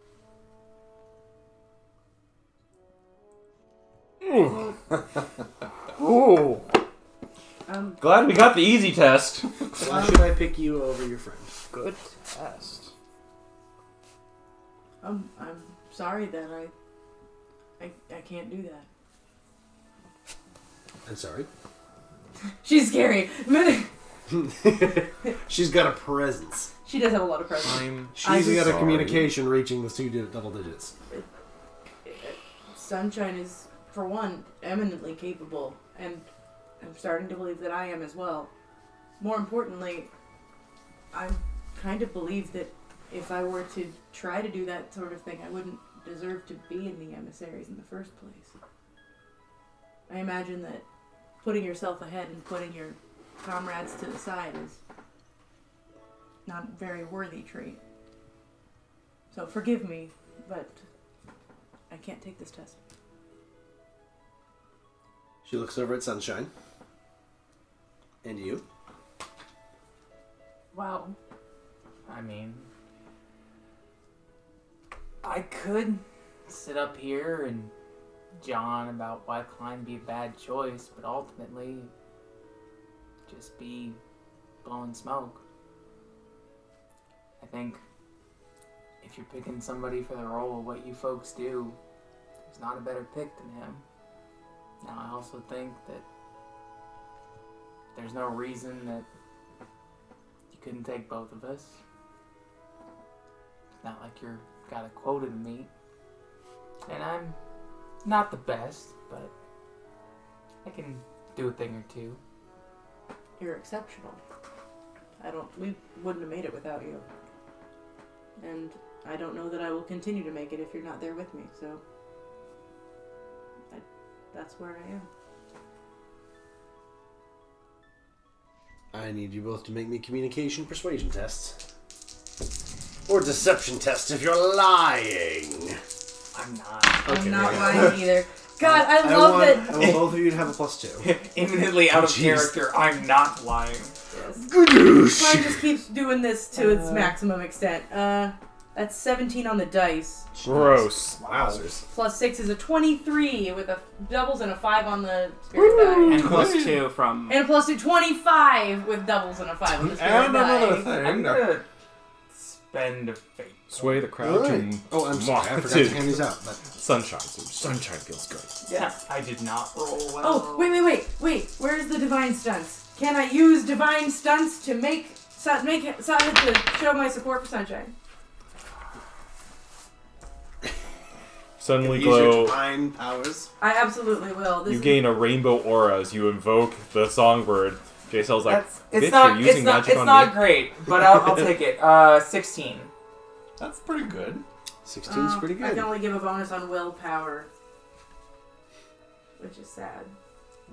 Ooh. Um, Glad we got the easy test. Why should I pick you over your friend? Good test. I'm, I'm sorry that I, I, I can't do that. I'm sorry. She's scary. She's got a presence. she does have a lot of presence. I'm She's I'm got a sorry. communication reaching the two di- double digits. Sunshine is, for one, eminently capable, and I'm starting to believe that I am as well. More importantly, I kind of believe that if I were to try to do that sort of thing, I wouldn't deserve to be in the emissaries in the first place. I imagine that putting yourself ahead and putting your comrades to the side is not a very worthy trait. So forgive me, but I can't take this test. She looks over at Sunshine. And you? Wow. I mean, I could sit up here and John about why Klein be a bad choice, but ultimately, just be blowing smoke. I think if you're picking somebody for the role, what you folks do, there's not a better pick than him. Now, I also think that there's no reason that you couldn't take both of us. It's not like you're got a quota to meet. And I'm not the best, but I can do a thing or two. You're exceptional. I don't. We wouldn't have made it without you. And I don't know that I will continue to make it if you're not there with me. So. I, that's where I am. I need you both to make me communication persuasion tests. Or deception tests if you're lying. I'm not. Okay, I'm not there you go. lying either. God, I I love want, it. I want both of you to have a plus two. Imminently out of Oh, Jeez. character. I'm not lying. Slime just keeps doing this to its maximum extent. Uh, that's 17 on the dice. Gross. Wowzers. Plus 6 is a 23 with a doubles and a 5 on the spirit die. And plus two from. And a plus 2, 25 with doubles and a 5 on the spirit And die. another thing. I'm gonna spend a fate. Sway the crowd Good. and Oh, I'm sorry, I forgot Dude. to hand these out, but- sunshine, sunshine feels good. Yes, I did not roll well. Oh, wait, wait, wait, wait. Where's the divine stunts? Can I use divine stunts to make sun, make it, sun, to show my support for sunshine? Suddenly Use your glow. divine powers. I absolutely will. This You is- uh, gain a rainbow aura as you invoke the songbird. JSL's like, That's- bitch, it's not. you're using it's not. magic It's on not me. great, but I'll, I'll take it. Uh, sixteen. That's pretty good. 16's Uh, I can only give a bonus on willpower, which is sad.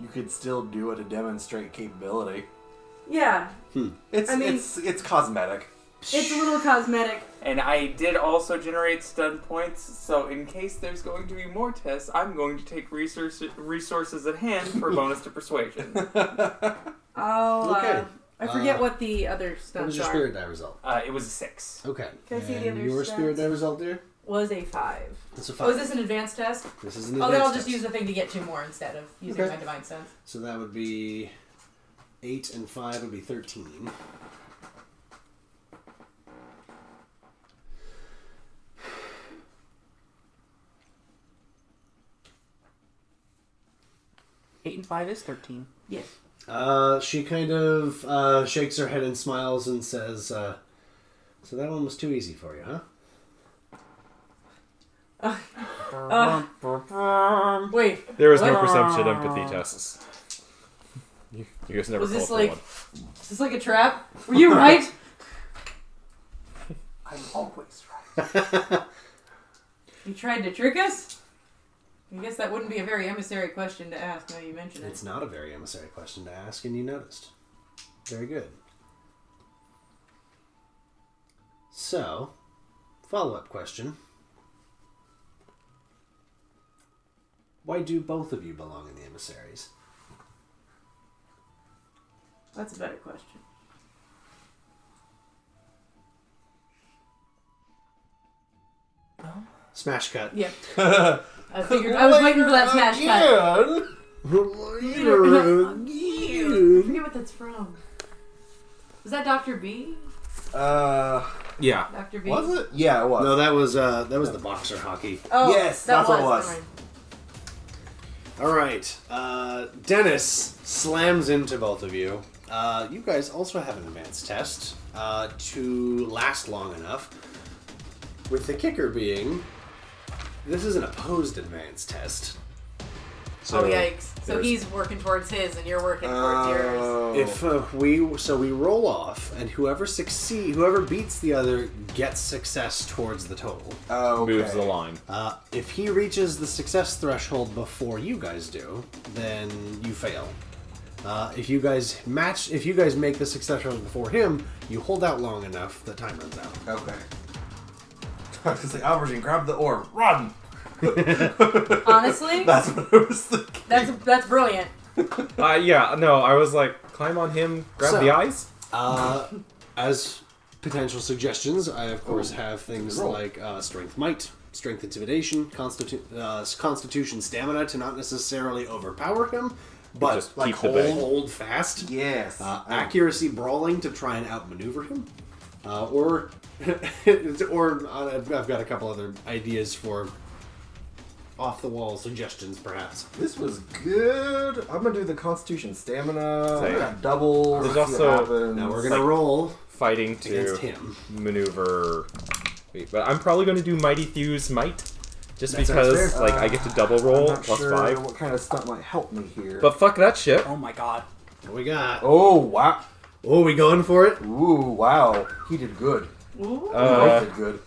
You could still do it to demonstrate capability. Yeah, Hmm. It's I mean- it's it's cosmetic. it's a little cosmetic. And I did also generate stun points, so in case there's going to be more tests, I'm going to take resource, resources at hand for bonus to persuasion. I'll. uh, Okay. I forget Uh, what the other stunts what was your are. spirit die result? Uh, it was a six. Okay. Can I see the And other your spirit stats? die result there? Was a five. That's a Oh, is five. this an advanced test? This is an Oh, then I'll advanced just test. use the thing to get two more instead of using Okay. my divine sense. So that would be eight and five would be thirteen. Eight and five is thirteen. Yes. Uh, she kind of uh, shakes her head and smiles and says, uh, "So that one was too easy for you, huh?" Uh, wait. There was no what? perception empathy tests. You, you guys never Was called this for like? one. Is this like a trap? Were you right? I'm always You tried to trick us? I guess that wouldn't be a very emissary question to ask now you mention it. It's not a very emissary question to ask, and you noticed. Very good. So, follow up question. Why do both of you belong in the emissaries? That's a better question. Smash cut. Yeah. I figured I was waiting for that smash cut. I forget what that's from. Was that Dr. B? Uh, yeah. Dr. B? Was it? Yeah, it was. No, that was uh, that was the boxer hockey. Oh, yes, that that's what it was, was. never mind. All right. Uh, Dennis slams into both of you. Uh, you guys also have an advanced test uh, to last long enough. With the kicker being, this is an opposed advanced test. oh, yikes. So there's- he's working towards his and you're working towards yours. Oh. If uh, we so we roll off, and whoever succeed, whoever beats the other gets success towards the total. Oh, Moves the line. Uh, if he reaches the success threshold before you guys do, then you fail. Uh, if you guys match, if you guys make the success threshold before him, you hold out long enough, the time runs out. Okay. I was like, Albertine, grab the orb, run. Honestly? that's what I was thinking. That's, that's brilliant. Uh, yeah, no, I was like, climb on him, grab So, the eyes. Uh, as potential suggestions, I of course have things roll. like uh, strength, might, strength, intimidation, constitu- uh, s- constitution, stamina to not necessarily overpower him, but just like keep the hold, bang. hold fast. Yes. Oh. Uh, accuracy, brawling to try and outmaneuver him, uh, or or uh, I've, I've got a couple other ideas for off the wall suggestions, perhaps. This was good. I'm gonna do the Constitution stamina. I Same. Oh, got double. There's see what also happens. like, roll fighting to against him. maneuver. Wait, but I'm probably going to do mighty thews might, just That sounds because fair. Uh, like I get to double roll I'm not plus sure five. What kind of stunt might help me here? But fuck that shit. Oh my god. What we got? Oh wow. Oh, we going for it? Ooh wow. He did good. Ooh. Uh, he did good.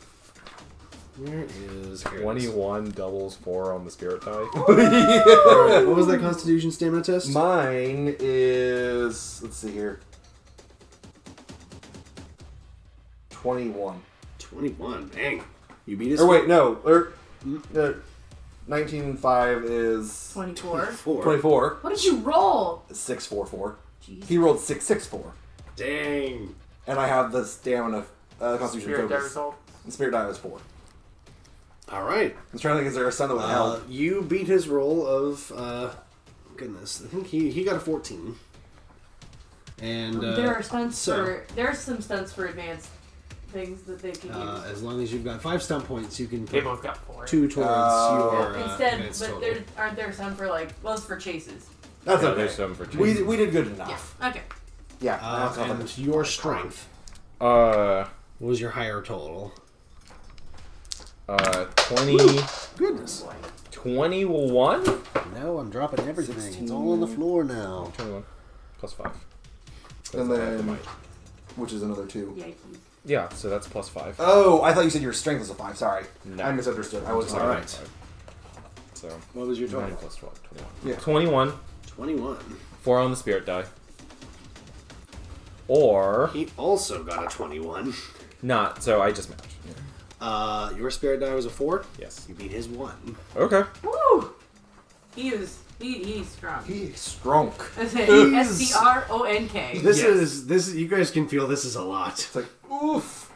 Where is here it is. Twenty-one doubles four on the spirit die. Alright, what was that Constitution stamina test? Mine is let's see here. Twenty-one. Twenty-one. Dang. You beat us. Hmm? Or wait, er, no. Or no, 19 and 5 is. 24. 24. What did you roll? 644. He rolled 664. Dang. And I have the stamina, uh, constitution Spirit die focus. result. And spirit die is 4. All right. I was trying to think, is there a son that would Uh, help? you beat his roll of uh, goodness. I think he he got a fourteen. And uh, there are stunts so, for there are some stunts for advanced things that they can Uh, use. as long as you've got five stunt points, you can They put both got four. two towards Oh. your uh, Instead, advanced but total. there aren't there some for like well, it's for chases. That's Yeah, okay. there's some for we, two. we did good enough. Yeah. Okay. Yeah. Uh, that's all and your strength. Uh, what was your higher total? Uh, 20. Goodness. 21? No, I'm dropping everything. It's all on the floor now. 21. Plus 5. And That's then- dynamite. Which is another 2. Yeah, so that's plus 5. Oh, I thought you said your strength was a 5. Sorry. No. I misunderstood. I was All sorry. right. So. What was your total? 9 plus 12. 21. Yeah. 21. 21. 4 on the spirit die. Or. He also got a 21. Not, so I just matched. Uh, your spirit die was a four. Yes. You beat his one. Okay. Woo! He was he he's strong. Strong. S He's- T R O N K. This is this. You guys can feel this is a lot. It's like oof.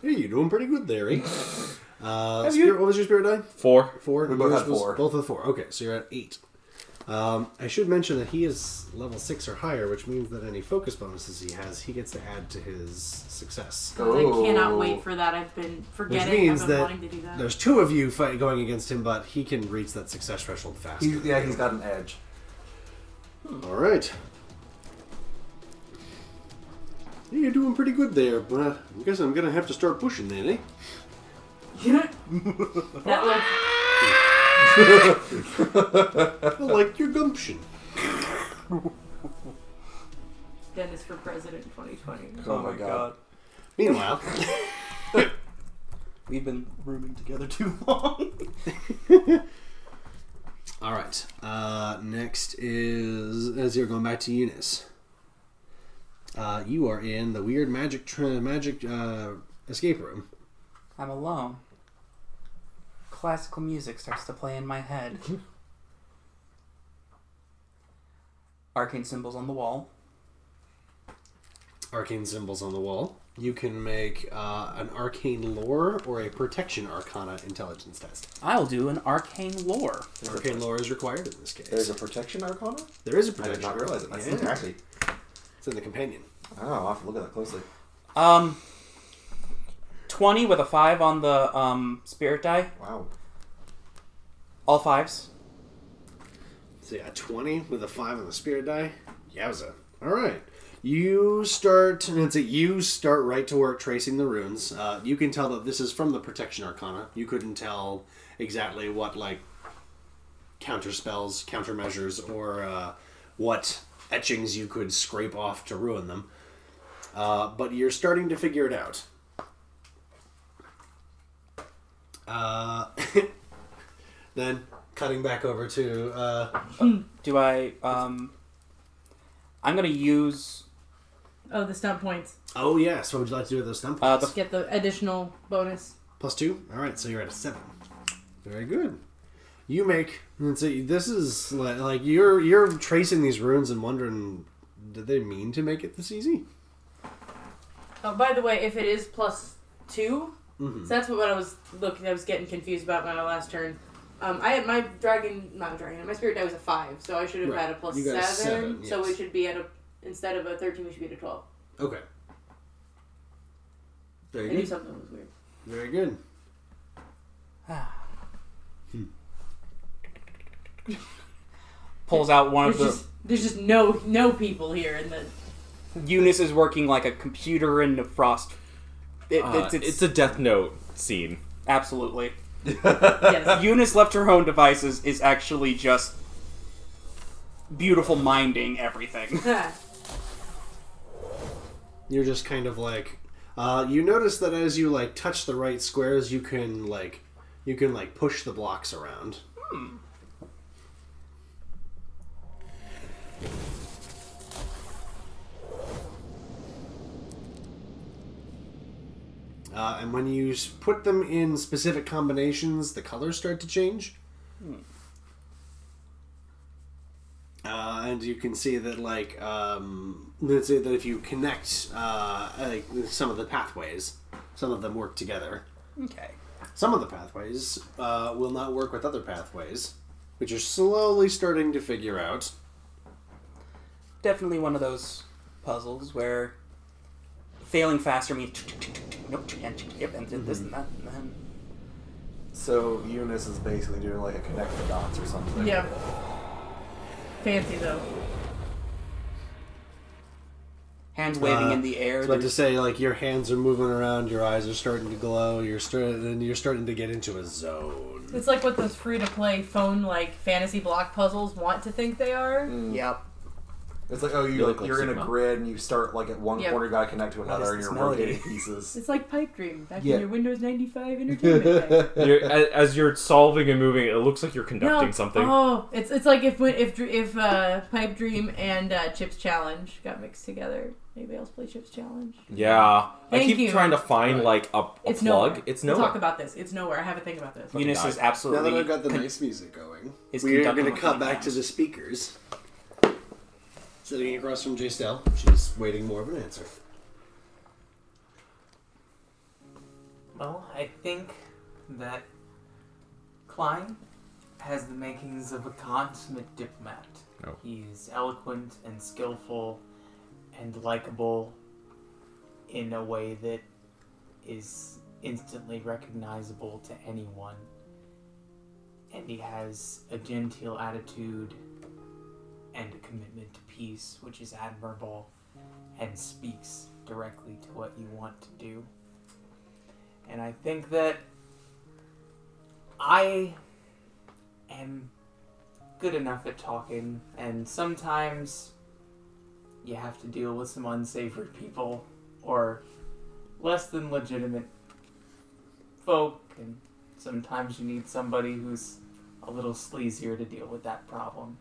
Hey, you're doing pretty good there. Eh? Uh, spirit- what was your spirit die? Four. Four. We both Yours had was- four. Both with four. Okay, so you're at eight. Um, I should mention that he is level six or higher, which means that any focus bonuses he has, he gets to add to his success. I cannot wait for that. I've been Which forgetting. means I've been that wanting to do that. there's two of you fight going against him, but he can reach that success threshold faster. He, yeah, he's got an edge. Hmm. All right. Yeah, you're doing pretty good there, but uh, I guess I'm gonna have to start pushing then, eh? That look. I like your gumption. Dennis for president 2020. Oh, my god. Meanwhile, We've been rooming together too long. all right. Uh, next is as you're going back to Eunice. Uh, you are in the weird magic tra- magic uh, escape room. I'm alone. Classical music starts to play in my head. Arcane symbols on the wall. Arcane symbols on the wall. You can make uh, an arcane lore or a protection arcana intelligence test. I'll do an arcane lore. Arcane lore is required in this case. There's a protection arcana? There is a I did protection. not realize it. That's Yeah. actually. It's in the companion. Oh, I'll have to look at that closely. Um, twenty with a five on the um spirit die. Wow. All fives. So yeah, twenty with a five on the spirit die. Yowza! All right, you start. And it's a you start right to work tracing the runes. Uh, you can tell that this is from the protection arcana. You couldn't tell exactly what like counter spells, countermeasures, or uh, what etchings you could scrape off to ruin them. Uh, but you're starting to figure it out. Uh, then cutting back over to uh, Do I um? I'm gonna use Oh, the stunt points. Oh yes. What would you like to do with those stump? Uh, points? Get the additional bonus. Plus two. All right, so you're at a seven. Very good. You make. let's see, this is like, like you're you're tracing these runes and wondering, did they mean to make it this easy? Oh, by the way, if it is plus two, Mhm. so that's what I was looking. I was getting confused about my last turn. Um, I had my dragon, not dragon, my spirit die was a five, so I should have Right. had a plus You seven. got a seven, So we yes. should be at a instead of a thirteen, we should be at a twelve. Okay. I Very knew good. something was weird. Very good. pulls out one of There's the. just, there's just no no people here, and the Eunice is working like a computer in the frost. It, Uh, it's, it's, it's a Death Note scene. absolutely. Eunice left to her own devices is actually just beautiful minding everything. You're just kind of like, uh, you notice that as you like touch the right squares, you can like, you can like push the blocks around. Uh, and when you s- put them in specific combinations, the colors start to change. hmm. Uh, and you can see that, like, um, let's say that if you connect uh, like some of the pathways, some of them work together. Okay. Some of the pathways uh, will not work with other pathways, which you're slowly starting to figure out. Definitely one of those puzzles where failing faster means nope, and yep, and this and that and then. So Eunice is basically doing like a connect the dots or something. Yep. Fancy though. Hands waving Uh, in the I air. was about to say, like, your hands are moving around, your eyes are starting to glow, you're starting, and you're starting to get into a zone. It's like what those free to play phone like fantasy block puzzles want to think they are. Mm. Yep. It's like oh you, You like, look like you're in a Sigma. grid and you start like at one Yep. corner you gotta connect to What is another and this you're melody? rotating pieces. It's like Pipe Dream back Yeah. in your Windows 95 entertainment. day. You're- a- as you're solving and moving, it looks like you're conducting No. something. Oh, it's it's like if if Dr- if uh, Pipe Dream and uh, Chips Challenge got mixed together. Anybody else play Chips Challenge? Yeah, I Thank keep you. trying to find like a, a It's plug. nowhere. It's We'll nowhere. Talk about this. It's nowhere. I have a thing about this. Eunice is absolutely- Now that I've got the Con- nice music going, is we are conducting going to a cut back to the speakers. Sitting across from J. Stell, she's waiting more of an answer. Well, I think that Klein has the makings of a consummate diplomat. Oh. He is eloquent and skillful and likable in a way that is instantly recognizable to anyone. And he has a genteel attitude and a commitment to peace, which is admirable and speaks directly to what you want to do. And I think that I am good enough at talking, and sometimes you have to deal with some unsavory people or less than legitimate folk, and sometimes you need somebody who's a little sleazier to deal with that problem.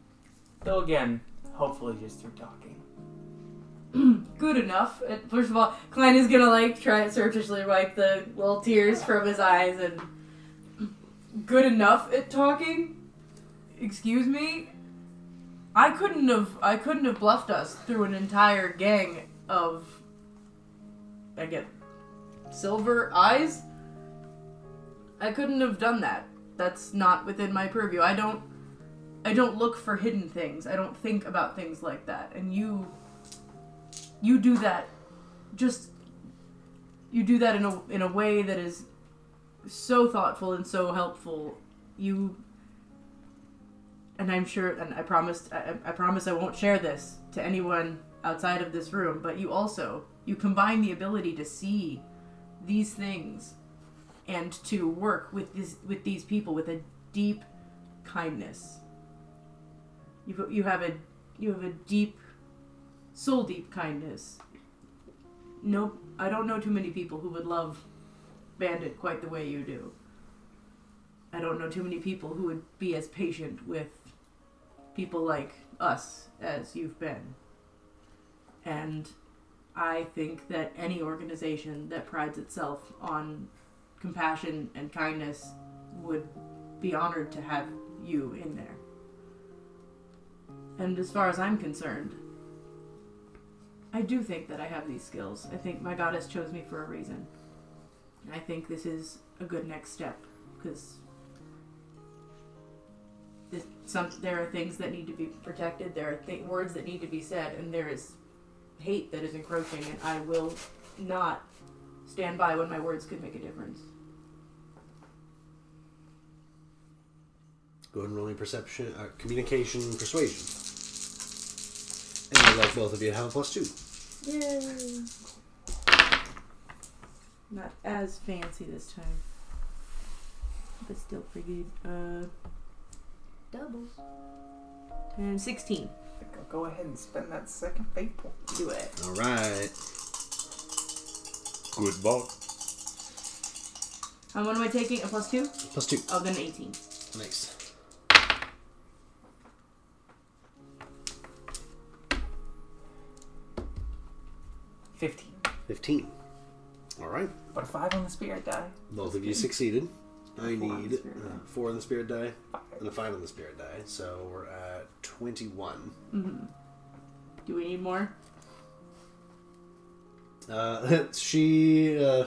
Though, again, hopefully just through talking. Good enough. Uh, First of all, Klein is gonna like try and surreptitiously wipe the little tears from his eyes and. Good enough at talking. Excuse me. I couldn't have. I couldn't have bluffed us through an entire gang of. I get silver eyes. I couldn't have done that. That's not within my purview. I don't. I don't look for hidden things. I don't think about things like that. And you you do that just you do that in a in a way that is so thoughtful and so helpful you and i'm sure and i promised i, I promise i won't share this to anyone outside of this room but you also you combine the ability to see these things and to work with this with these people with a deep kindness you you have a you have a deep soul deep kindness. Nope, I don't know too many people who would love Bandit quite the way you do. I don't know too many people who would be as patient with people like us as you've been. And I think that any organization that prides itself on compassion and kindness would be honored to have you in there. And as far as I'm concerned, I do think that I have these skills. I think my goddess chose me for a reason. And I think this is a good next step because some there are things that need to be protected. There are th- words that need to be said, and there is hate that is encroaching. And I will not stand by when my words could make a difference. Go ahead and roll me perception, uh, communication, persuasion. And I'd like both of you to have a plus two. Yay! Not as fancy this time, but still pretty good. Uh, doubles. And 16. I think I'll go ahead and spend that second fate point. Do it. All right. Good ball. How Um, what am I taking? A plus two? Plus two. Oh, then 18. Nice. Fifteen. Fifteen. All right. But five on the spirit die. Both of you succeeded. I need uh, four on the spirit die and the five on the spirit die. So we're at 21. hmm Do we need more? Uh, she uh,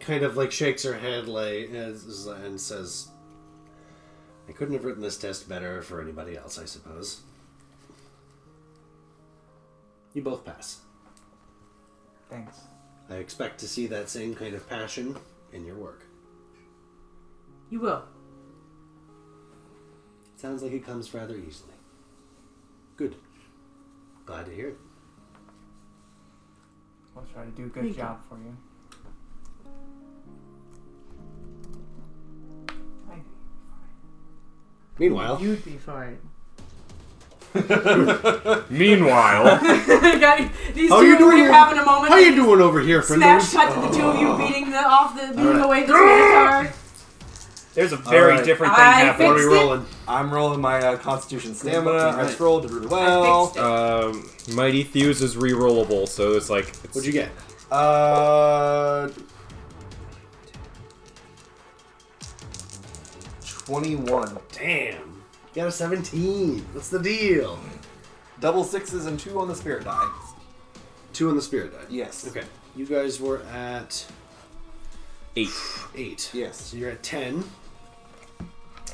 kind of like shakes her head like as- and says, "I couldn't have written this test better for anybody else, I suppose." You both pass. Thanks. I expect to see that same kind of passion in your work. You will. Sounds like it comes rather easily. Good. Glad to hear it. I'll try to do a good Thank you. job for you. Meanwhile, You'd be fine. Meanwhile, Guy- These How two you doing are here? having a moment. how you doing over here, friend? Smash cut to the two of Oh. you beating the off the beating right. away the guitar. There's a very different thing I happening. What are we fixed it. rolling? I'm rolling my uh, Constitution stamina. I Right. rolled really well. Um, Mighty Thews is re-rollable, so it's like. It's, What'd you get? Uh, twenty-one. Damn. Got a seventeen. What's the deal? Double sixes and two on the spirit die. Two on the spirit die. Yes. Okay. You guys were at eight. Eight. Yes. So you're at ten.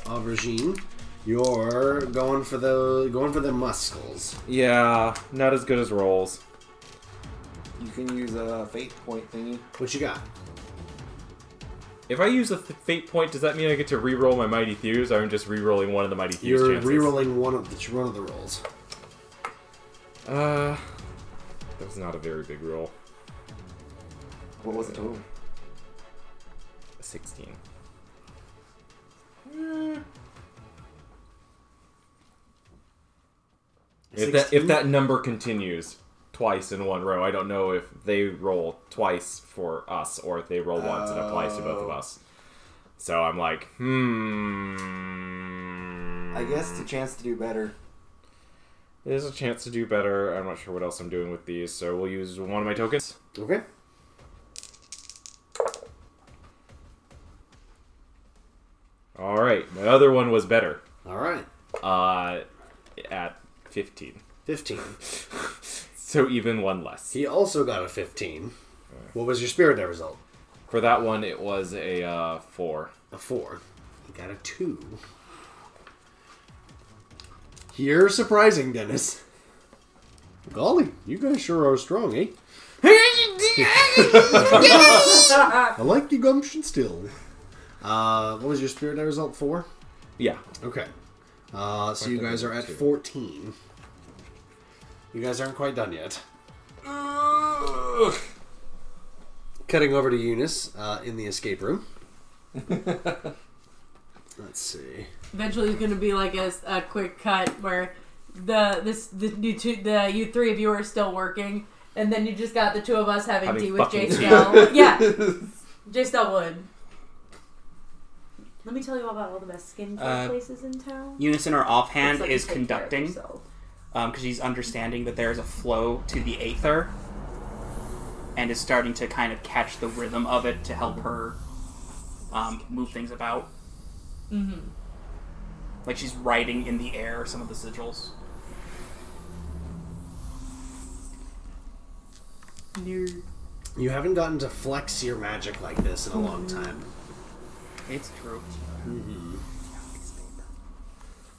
Aubergine, you're going for the going for the muscles. Yeah, not as good as rolls. You can use a fate point thingy. What you got? If I use a th- fate point, does that mean I get to re-roll my Mighty Thews? Or I'm just re-rolling one of the Mighty Thews You're chances. re-rolling one of the one of the rolls. Uh, that was not a very big roll. What was the total? Sixteen. If that, if 16? that number continues twice in one row, I don't know if they roll twice for us or if they roll once and applies to both of Oh. us. So I'm like, hmm. I guess the chance to do better. There's a chance to do better. I'm not sure what else I'm doing with these, so we'll use one of my tokens. Okay. All right, my other one was better. All right. Uh, at 15. 15. so even one less. He also got a 15. What was your spirit die result? For that one, it was a uh, four. A four. He got a two. You're surprising, Dennis. Golly, you guys sure are strong, eh? I like your gumption still. Uh, what was your spirit die result? Four? Yeah. Okay. Uh, so you think I guys got are at two. 14. You guys aren't quite done yet. Cutting over to Eunice uh, in the escape room. Let's see. Eventually, it's gonna be like a, s- a quick cut where the this the you two the you three of you are still working, and then you just got the two of us having, Having tea with J Snell. fucking tea. yeah, J Snell would. Let me tell you all about all the best skincare Uh, places in town. Unison or offhand Looks like is you take care of conducting because yourself. she's understanding that there is a flow to the aether and is starting to kind of catch the rhythm of it to help her um, move things about. Mm-hmm. Like she's writing in the air some of the sigils. Mm-hmm. You haven't gotten to flex your magic like this in a long time. Mm-hmm. Mm-hmm. It's true.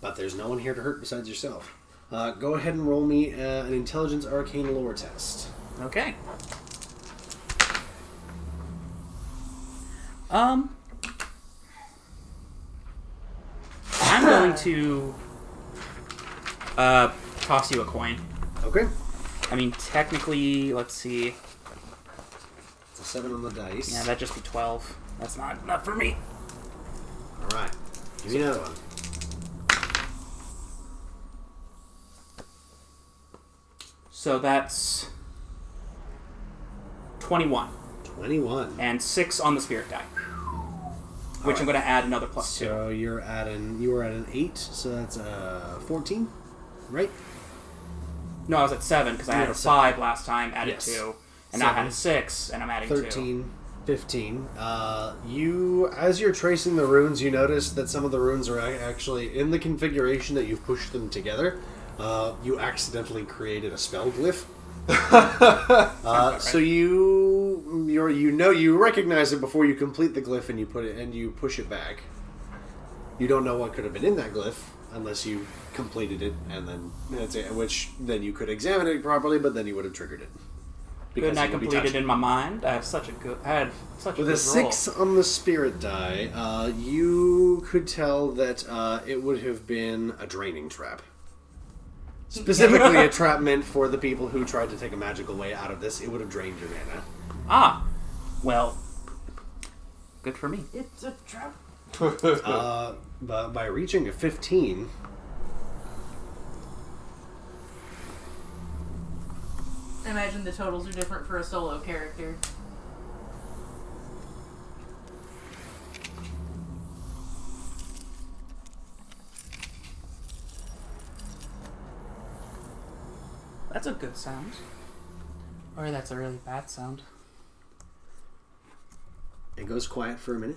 But there's no one here to hurt besides yourself. Uh, go ahead and roll me uh, an intelligence arcane lore test. Okay. Um, I'm going to uh, toss you a coin. Okay. I mean, technically, let's see. It's a seven on the dice. Yeah, that'd just be twelve. That's not enough for me. All right. Give me another one. So that's twenty-one 21. and six on the spirit die, which I'm going to add another plus two. So you're at an you were at an eight, so that's uh fourteen, right? No, I was at seven because I You had were a at seven. five last time, added Yes. two, and now I had Seven. a six, and I'm adding two. Thirteen 15. Uh, you, as you're tracing the runes, you notice that some of the runes are ac- actually in the configuration that you've pushed them together. Uh, you accidentally created a spell glyph. uh, so you, you're, you know, you recognize it before you complete the glyph, and you put it and you push it back. You don't know what could have been in that glyph unless you completed it, and then that's it. Which then you could examine it properly, but then you would have triggered it. Good it night would be completed touched. in my mind. I have such a good. I had such With a good a six on the spirit die, uh, you could tell that uh, it would have been a draining trap. Specifically, a trap meant for the people who tried to take a magical way out of this. It would have drained your mana. roll. Ah, well, good for me. It's a trap. uh, but by reaching a 15, I imagine the totals are different for a solo character. That's a good sound. Or that's a really bad sound. it goes quiet for a minute.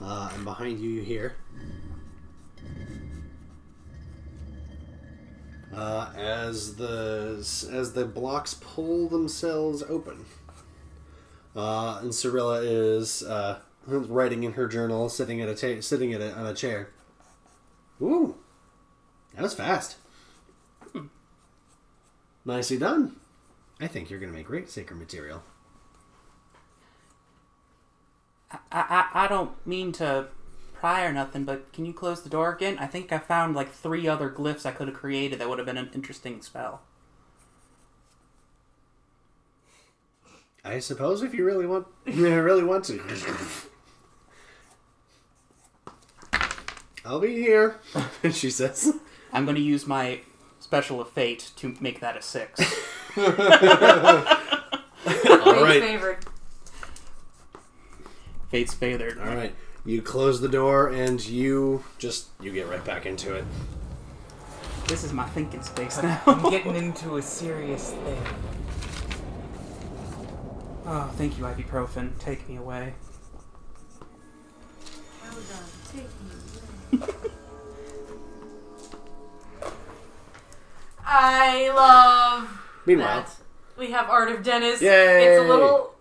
Uh, and behind you, you hear. Uh, as the as the blocks pull themselves open, uh, and Cirilla is uh, writing in her journal, sitting at a ta- sitting at a, on a chair. Ooh, that was fast. Nicely done. I think you're going to make great sacred material. I, I I don't mean to pry or nothing, but can you close the door again? I think I found like three other glyphs I could have created that would have been an interesting spell. I suppose if you really want, you really want to. I'll be here. she says. I'm going to use my special of fate to make that a six. All right. Favorite. Fate's favored. All right. You close the door and you just you get right back into it. This is my thinking space now. I'm getting into a serious thing. Oh, thank you, ibuprofen. Take me away. I love. Meanwhile. that. we have Art of Dennis. Yay. It's a little.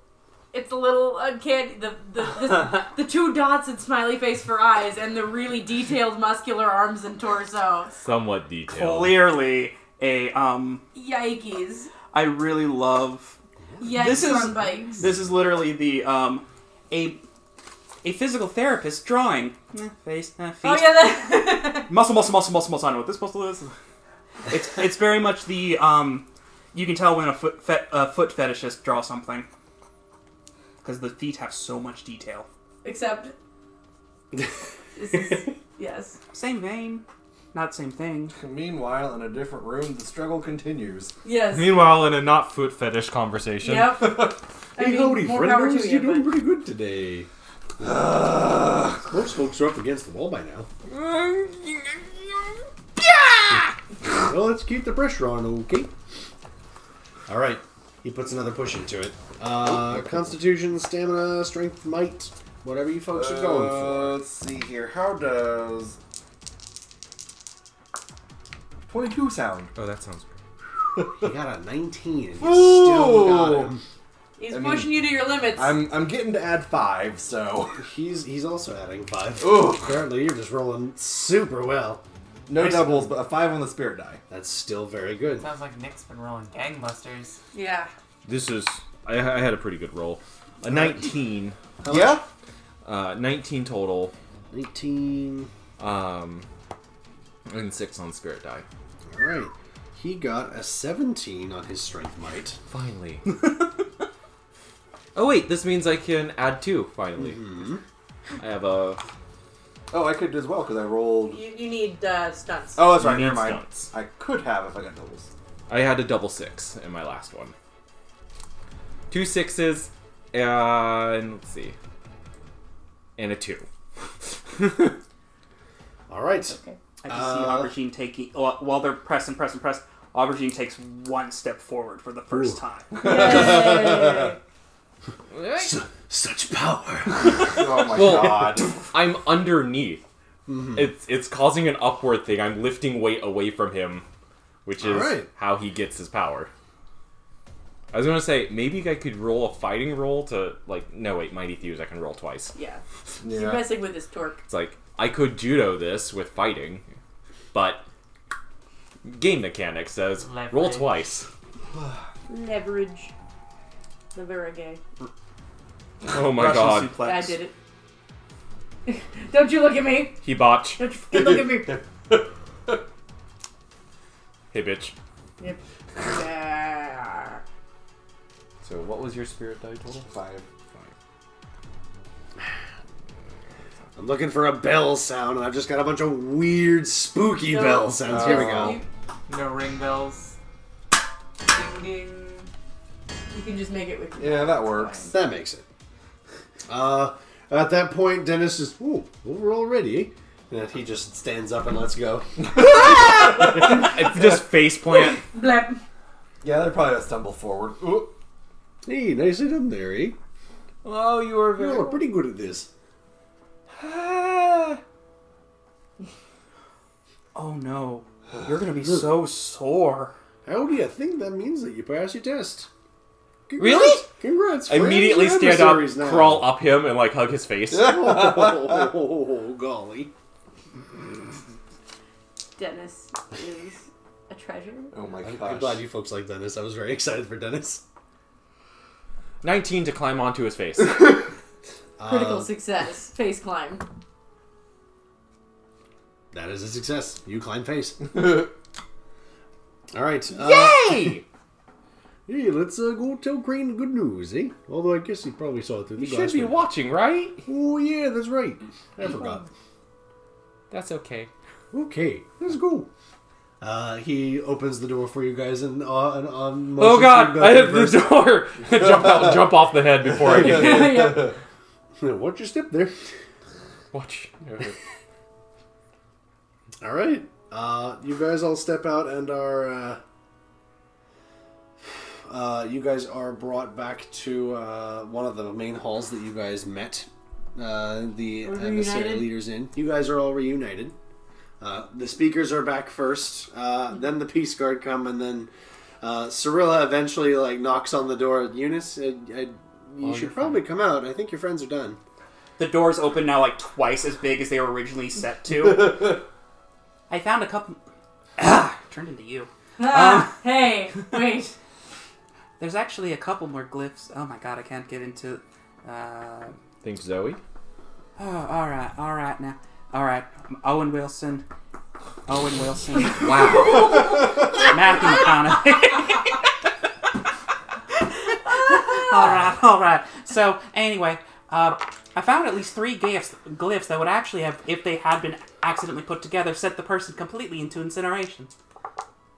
It's a little uncanny. The the, the the two dots and smiley face for eyes, and the really detailed muscular arms and torso. Somewhat detailed. Clearly, a um. Yikes! I really love. Yikes this is on bikes. this is literally the um a a physical therapist drawing Eh, face eh, feet. Oh yeah, that- muscle, muscle, muscle, muscle, muscle. I know what this muscle is. It's it's very much the um, you can tell when a foot fe- a foot fetishist draws something because the feet have so much detail. except this is yes. Same vein, not same thing. Meanwhile, in a different room, the struggle continues. Yes. Meanwhile, in a not foot fetish conversation. Yep. I mean, more power to you. doing pretty good today. Most folks are up against the wall by now. well, let's keep the pressure on, okay? All right. He puts another push into it. Uh, Constitution, stamina, strength, might, whatever you folks are going for. Uh, Let's see here. How does twenty-two sound? Oh, that sounds he got a 19 and you Ooh. still got him. He's I mean, pushing you to your limits. I'm I'm getting to add five, so he's he's also adding five. Ooh. Apparently, you're just rolling super well. No doubles, but a five on the spirit die. That's still very good. Sounds like Nick's been rolling gangbusters. Yeah. This is. I, I had a pretty good roll. A 19. Yeah? Uh, 19 total. 19. Um, and 6 on Spirit Die. All right. He got a 17 on his strength might. Finally. Oh, wait, this means I can add 2, finally. I have a. Oh, I could as well because I rolled. You, you need uh, stunts. Oh, that's right. Need Never mind. stunts. I could have if I got doubles. I had a double 6 in my last one. Two sixes, and. Let's see. And a 2. All right. Uh, I just see Aubergine taking while while they're pressing, pressing, press. Aubergine takes one step forward for the first time. such power. Oh my God. I'm underneath. It's it's causing an upward thing. I'm lifting weight away from him, which is Alright. how he gets his power. I was gonna say maybe I could roll a fighting roll to like no wait mighty thieves I can roll twice. Yeah. You're messing with his torque. It's like I could judo this with fighting, but game mechanic says roll Leverage. twice. Leverage. The very gay. Oh my Russian god. suplex. I did it. Don't you look at me. He botched. Don't you fucking look at me. Hey bitch. Yep. So what was your spirit die total? Five. I'm looking for a bell sound, and I've just got a bunch of weird, spooky bell sounds. Here we go. No ring bells. Ding ding. You can just make it with your that works. That makes it. Uh, at that point, Dennis is, ooh, over already. And he just stands up and lets go. just face plant. Blep. Yeah, they're probably gonna stumble forward. Ooh. Hey, nicely done there, eh? Oh, you were very. You are pretty good at this. Uh, Oh no. You're gonna be so sore. How do you think that means that you pass your test? Really? Congrats. friends, Immediately you're stand up, adversaries now. crawl up him, and like hug his face. oh, golly. Dennis is a treasure. Oh my gosh. I'm glad you folks like Dennis. I was very excited for Dennis. 19 to climb onto his face. Critical Uh, success. Face climb. That is a success. You climb face. All right. uh, Yay! hey, let's uh, go tell Crane the good news, eh? Although I guess he probably saw it through the You glass should be window. watching, right? Oh, yeah, that's right. I forgot. That's okay. Okay, let's Oh, go. Uh, he opens the door for you guys and uh, and on. Oh god, I hit the door! jump out, jump off the head before I get hit. Watch your step there. Watch. All right. Uh, you guys all step out and are. Uh, uh, you guys are brought back to uh, one of the main halls that you guys met uh, the We're emissary reunited? leaders in. You guys are all reunited. Uh, the speakers are back first, uh, then the peace guard come, and then uh, Cirilla eventually like knocks on the door. Eunice, I, I, you Oh, you're should probably come out. I think your friends are done. The doors open now like twice as big as they were originally set to. I found a couple. Ah, turned into you. Um, Ah, hey, wait. There's actually a couple more glyphs. Oh my god, I can't get into. Uh, Thanks, Zoe. oh, all right, all right now, all right. Owen Wilson, Owen Wilson. Wow. Matthew McConaughey. all right, all right. So anyway, uh, I found at least three glyphs, glyphs that would actually have, if they had been accidentally put together, set the person completely into incineration.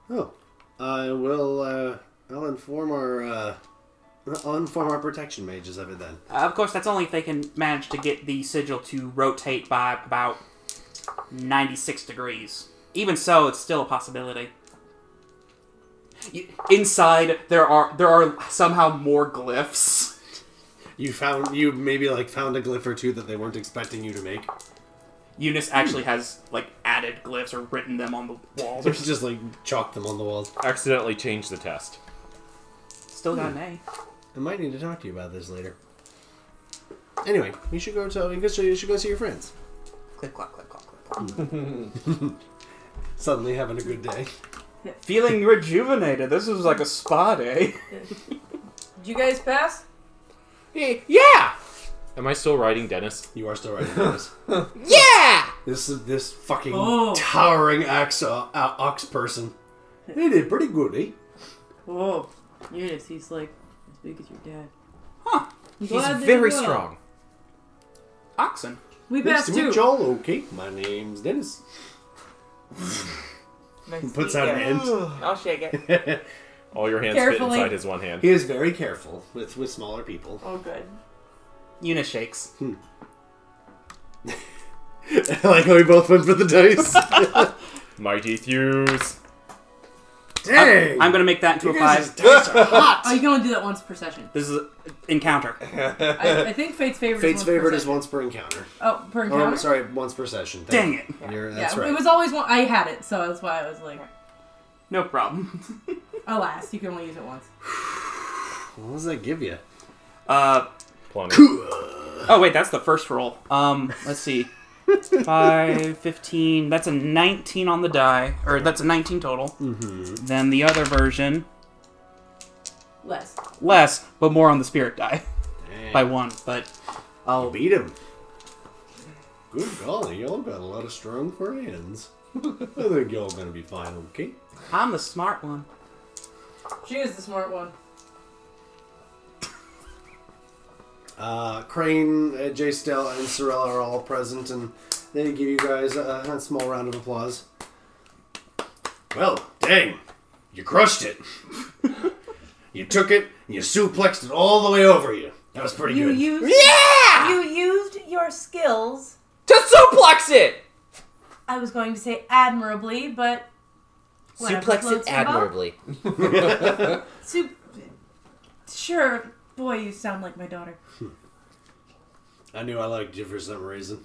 Oh, I will. Uh, I'll inform our. Uh, I'll inform our protection mages of it then. Uh, of course, that's only if they can manage to get the sigil to rotate by about 96 degrees. Even so, it's still a possibility. Y- Inside, there are there are somehow more glyphs. You found you maybe like found a glyph or two that they weren't expecting you to make. Eunice actually has like added glyphs or written them on the walls. Or There's just like chalk them on the walls. Accidentally changed the test. Still got an A. Hmm. I might need to talk to you about this later. Anyway, you should go to you should- you should go see your friends. Clip clop clip clop clip. Suddenly having a good day. Feeling rejuvenated. This was like a spa eh? day. Did you guys pass? Yeah! Am I still riding Dennis? You are still riding Dennis. yeah! This is this fucking Oh. towering axe uh, ox person. They did pretty good, eh? Whoa. Oh, Eunice, he's like as big as your dad. Huh. He's Oxen. We nice passed to meet too. y'all. Okay, my name's Dennis. Nice Puts to out meet an you. end. I'll shake it. All your hands fit Carefully. inside his one hand. He is very careful with with smaller people. Hmm. Oh, good. Eunice shakes. I like how we both went for the dice. Mighty Thews. I'm, I'm gonna make that into You a guys' five. dice are hot. Oh, you can only do that once per session. This is an encounter. I, I think Fate's favorite. Fate's is once per favorite is session. once per encounter. Oh, per Or, encounter? sorry, once per session. Dang Thank you. You're- that's yeah, right. it was always one. I had it, so that's why I was like, no problem. Alas, you can only use it once. What does that give you? Uh, Plenty. oh wait, that's the first roll. Um, let's see. 5, 15, that's a 19 on the die, or that's a 19 total. Mhm. Then the other version, Less. less, but more on the spirit die by one. But I'll beat him. Good golly, y'all got a lot of strong friends. I think y'all gonna be fine, okay? I'm the smart one. She is the smart one. Uh, Crane, uh, Jay Stell, and Sorella are all present, and they give you guys a, a small round of applause. Well, dang, you crushed it. you took it, and you suplexed it all the way over you. That was pretty you good. used you used your skills to suplex it. I was going to say admirably, but whatever Suplex floats it your boat. admirably. Sup- sure, boy, you sound like my daughter. I knew I liked you for some reason.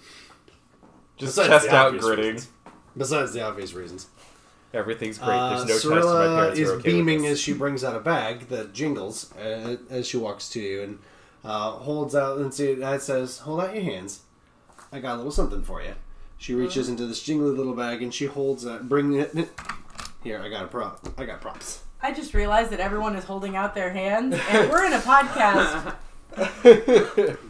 Just Besides chest the out obvious gritting. reasons. Besides the obvious reasons. Everything's great. There's Uh, no test. My Cirilla parents is are okay with beaming this. as she brings out a bag that jingles uh, as she walks to you and uh, holds out and see that says, "Hold out your hands. I got a little something for you." Uh. She reaches into this jingly little bag and she holds it. Bring it here. I got a prop. I got props. I just realized that everyone is holding out their hands, and we're in a podcast.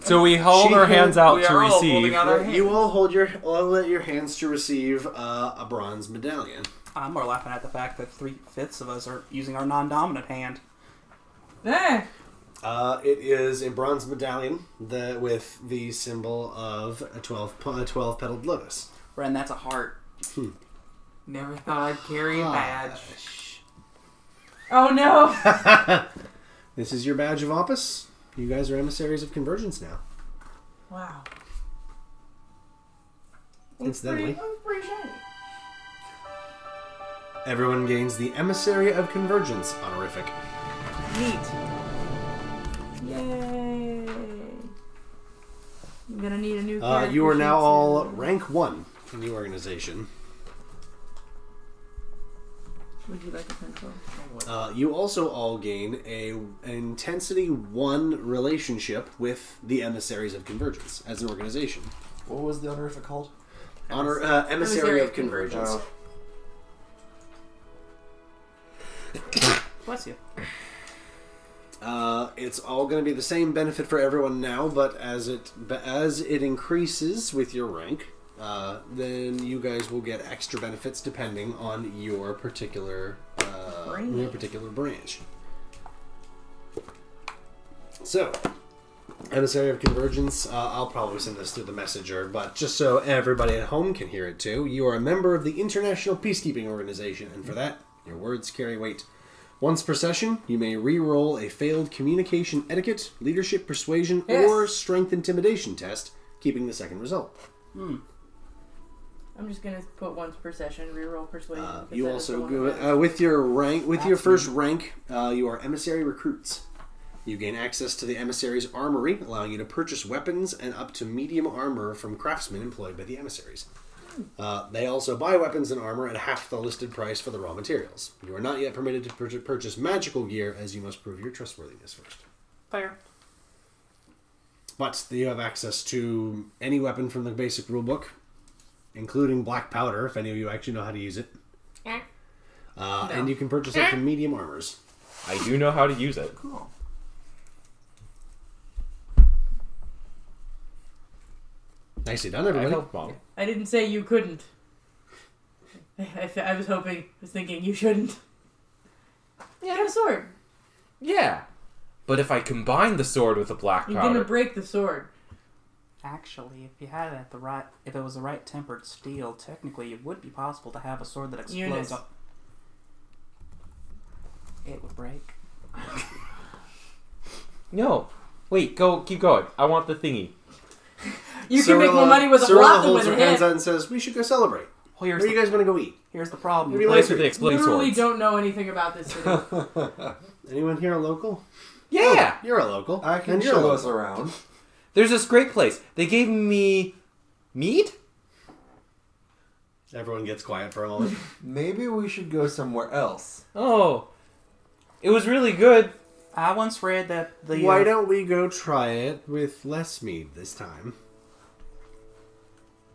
So we hold She our hol- hands out to receive. You all hold your all out your hands to receive uh, a bronze medallion. I'm more laughing at the fact that three fifths of us are using our non-dominant hand. Uh, it is a bronze medallion that with the symbol of a 12, p- a 12 petaled lotus. Ren, that's a heart. Hmm. Never thought I'd carry a badge. Oh no! This is your badge of Oppus. You guys are emissaries of convergence now. Wow. Incidentally, everyone gains the emissary of convergence honorific. Neat. Yay! I'm gonna need a new Uh, card. you are for now Shinsu. all rank one in the organization. Would you like a pencil? Uh, you also all gain a an intensity one relationship with the emissaries of convergence as an organization. What was the honorific called? Honor uh, emissary of convergence. Oh. Bless you. Uh, it's all going to be the same benefit for everyone now, but as it but as it increases with your rank, uh, then you guys will get extra benefits depending on your particular uh, your particular branch. So, emissary of convergence. Uh, I'll probably send this through the messenger, but just so everybody at home can hear it too, you are a member of the International Peacekeeping Organization, and for that, your words carry weight. Once per session, you may re-roll a failed communication etiquette, leadership persuasion, or strength intimidation test, keeping the second result. Hmm. I'm just gonna put once per session, reroll persuasion. because You that is the also one go uh, with your rank, with your first rank, uh, you are emissary recruits. You gain access to the emissary's armory, allowing you to purchase weapons and up to medium armor from craftsmen employed by the emissaries. Uh, they also buy weapons and armor at half the listed price for the raw materials. You are not yet permitted to pur- purchase magical gear, as you must prove your trustworthiness first. Fair. But you have access to any weapon from the basic rulebook, including black powder, if any of you actually know how to use it. Uh, And you can purchase it from medium armors. I do know how to use it. Cool. Nicely done, everybody. mom. I didn't say you couldn't. I, I- I was hoping, I was thinking you shouldn't. Get a sword. Yeah. But if I combine the sword with the black You're powder, gonna break the sword. Actually, if you had it at the right, if it was the right tempered steel, technically it would be possible to have a sword that explodes Eunice. up. It would break. no. Wait, go. Keep going. I want the thingy. You can make more money with a Cirilla flop than holds with her a hands hit. out and says, "We should go celebrate." Well, Where here's do the- you guys want to go eat? Here's the problem. Maybe Place later. with an exploding Literally swords. don't know anything about this city. Anyone here a local? Yeah. you're a local. I can And you're show a us local. around. There's this great place. They gave me meat. Everyone gets quiet for a moment. Maybe we should go somewhere else. Oh, it was really good. I once read that the Why uh, don't we go try it with less mead this time?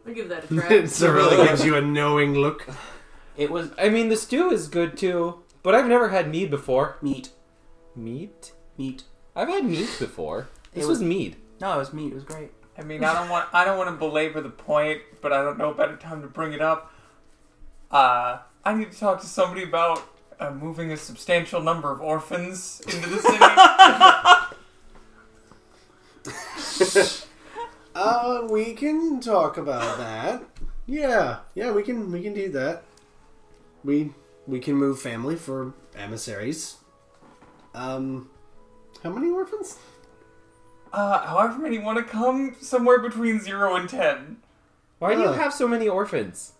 We give that a try. Sorella gives you a knowing look. It was. I mean, the stew is good too, but I've never had mead before. Meat. Meat. Meat. I've had meat before. This It was, was- mead. No, it was meat. It was great. I mean, I don't want I don't want to belabor the point, but I don't know a better time to bring it up. Uh, I need to talk to somebody about uh, moving a substantial number of orphans into the city. Uh, we can talk about that. Yeah, yeah, we can we can do that. We we can move family for emissaries. Um, how many orphans? uh, however many want to come, somewhere between zero and ten. Why do you Huh. have so many orphans?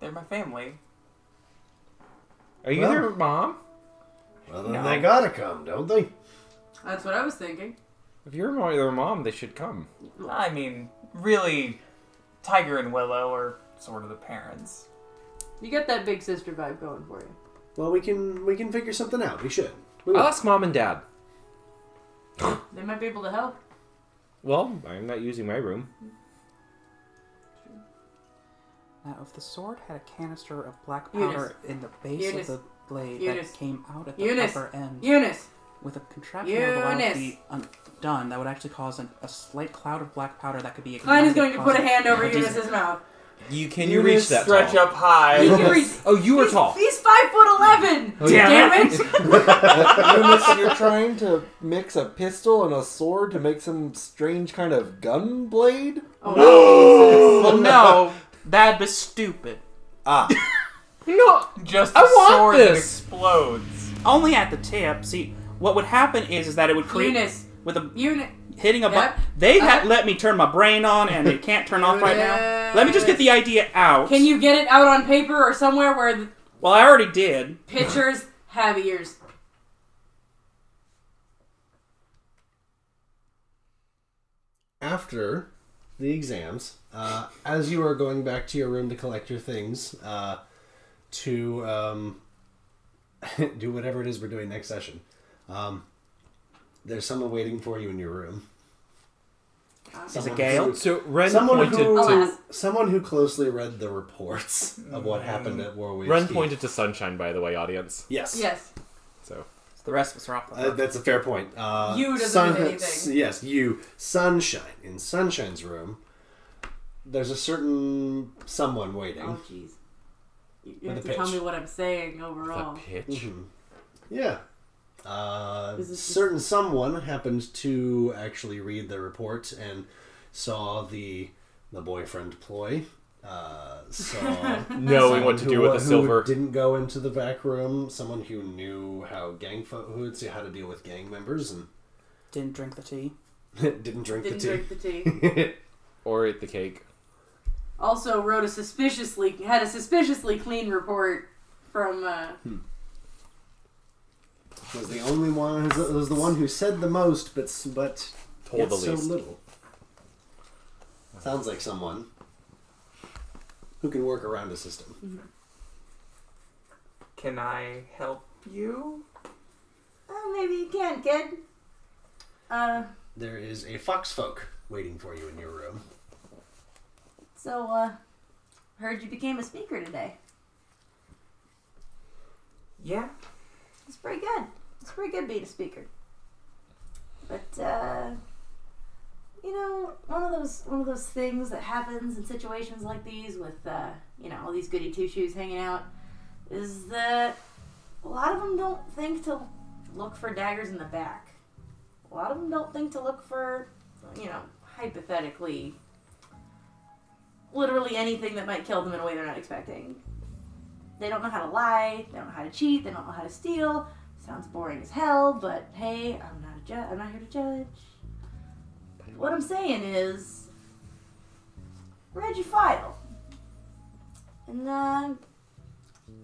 They're my family. Are you Well. their mom? Well, then they gotta come, don't they? That's what I was thinking. If you're mo- their mom, they should come. I mean, really, Tiger and Willow are sort of the parents. You got that big sister vibe going for you. Well, we can we can figure something out. We should. We I'll ask mom and dad. They might be able to help. Well, I'm not using my room. Now, if the sword had a canister of black Eunice. powder in the base Eunice. of the blade Eunice. that came out at the Eunice. upper end, Eunice. with a contraption that would allow it Eunice. to be undone, that would actually cause an, a slight cloud of black powder that could be. Klein is ignited, going to put a causing hand over a dis- Eunice's mouth. You can You you, can reach that? stretch tall? up high. You can reach- oh, you were tall. He's five foot eleven. Oh, yeah. Damn it! Eunice, you're trying to mix a pistol and a sword to make some strange kind of gun blade? Oh, well, no, that'd be stupid. Ah. No, just a I want sword that this. explodes. Only at the tip. See, what would happen is is that it would create Eunice. with a unit hitting a button. They had let me turn my brain on, and it can't turn off right now. Let me just get the idea out. Can you get it out on paper or somewhere where the Well, I already did. pictures have ears? after the exams, uh, as you are going back to your room to collect your things, uh, to um, do whatever it is we're doing next session, um, there's someone waiting for you in your room. Is Someone it Gale? who- someone who, someone who closely read the reports of what happened at Warwick. Mm. Ren pointed to sunshine, by the way, audience. Yes. Yes. So the rest of us are off. Uh, that's a fair point. Uh, You doesn't sun- mean anything. s- Yes, you. Sunshine. In Sunshine's room, there's a certain someone waiting. Oh, jeez. You With have a to tell pitch. me what I'm saying overall. Mhm. Yeah. Uh, Is this just- certain someone happened to actually read the report and saw the the boyfriend ploy. Uh, saw Knowing someone what to who do with wa- the who silver. Didn't go into the back room. Someone who knew how gang fo- who would see how to deal with gang members and didn't drink the tea. didn't drink Didn't the tea. drink the tea. or ate the cake. Also wrote a suspiciously had a suspiciously clean report from uh, was the only one. Was the, was the one who said the most, but s- but Told yet the so least. little. Sounds like someone who can work around a system. Can I help you? Oh, maybe you can, kid. Uh, There is a fox folk waiting for you in your room. so, uh, heard you became a speaker today. Yeah. It's pretty good. It's pretty good being a speaker. But, uh, you know, one of those one of those things that happens in situations like these with, uh, you know, all these goody two shoes hanging out, is that a lot of them don't think to look for daggers in the back. A lot of them don't think to look for, you know, hypothetically, literally anything that might kill them in a way they're not expecting. They don't know how to lie. They don't know how to cheat. They don't know how to steal. Sounds boring as hell, but hey, I'm not a ju- I'm not here to judge. What I'm saying is, read your file. And uh,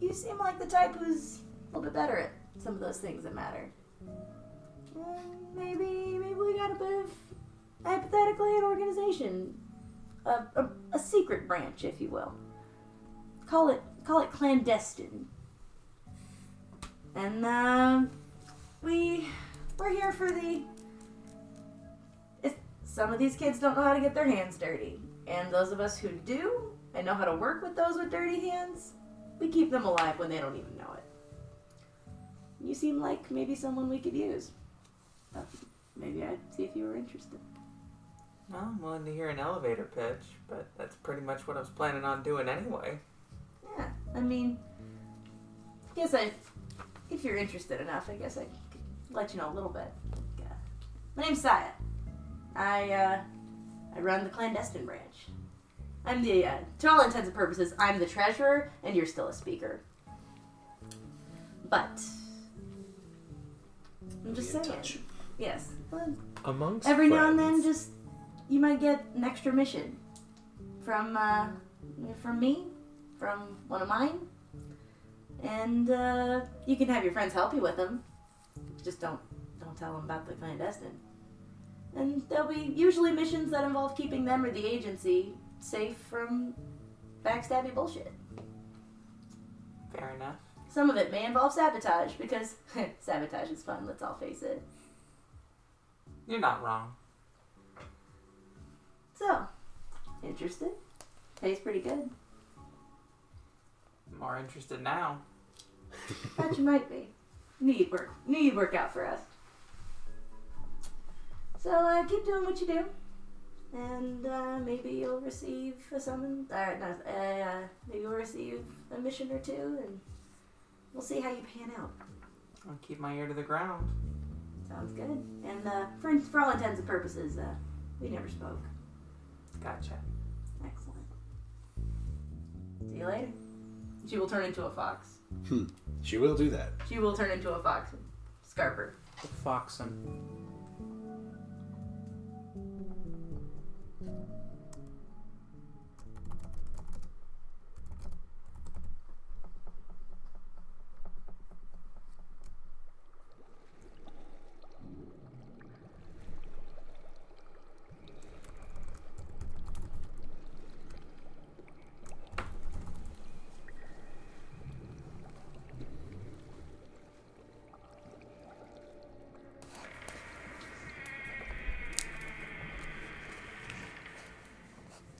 you seem like the type who's a little bit better at some of those things that matter. Mm, Maybe, maybe we got a bit of hypothetically an organization, a, a, a secret branch, if you will. Call it, call it clandestine. And um, we we're here for the. If some of these kids don't know how to get their hands dirty, and those of us who do and know how to work with those with dirty hands, we keep them alive when they don't even know it. You seem like maybe someone we could use. Thought Maybe I'd see if you were interested. Well, I'm willing to hear an elevator pitch, but that's pretty much what I was planning on doing anyway. Yeah, I mean, guess I, if you're interested enough, I guess I could let you know a little bit. Like, uh, My name's Saya. I uh, I run the clandestine branch. I'm the, uh, to all intents and purposes, I'm the treasurer, and you're still a speaker. But I'm just saying. Yes. Well, Amongst Every now and then, just you might get an extra mission from uh, from me, from one of mine, and uh, you can have your friends help you with them. Just don't don't tell them about the clandestine. And there'll be usually missions that involve keeping them or the agency safe from backstabby bullshit. Fair enough. Some of it may involve sabotage because sabotage is fun. Let's all face it. You're not wrong. So, interested? Pays pretty good. More interested now. Thought you might be. Knew you'd work. Knew you'd work out for us. So uh, keep doing what you do, and uh, maybe you'll receive a summons. Uh, not, uh, uh, maybe you'll receive a mission or two, and we'll see how you pan out. I'll keep my ear to the ground. Sounds good. And uh, for for all intents and purposes, uh, we never spoke. Gotcha. Excellent. See you later. She will turn into a fox. Hmm. She will do that. She will turn into a fox. Scarper. The foxen.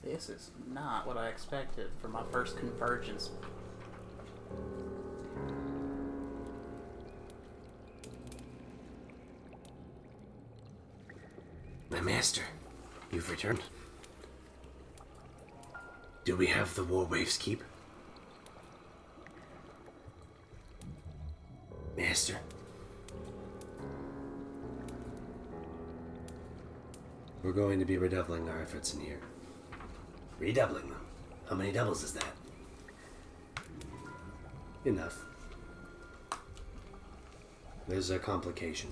This is not what I expected for my first convergence. My master, you've returned. Do we have the war waves keep? Master. We're going to be redoubling our efforts in here. Redoubling them. How many doubles is that? Enough. There's a complication.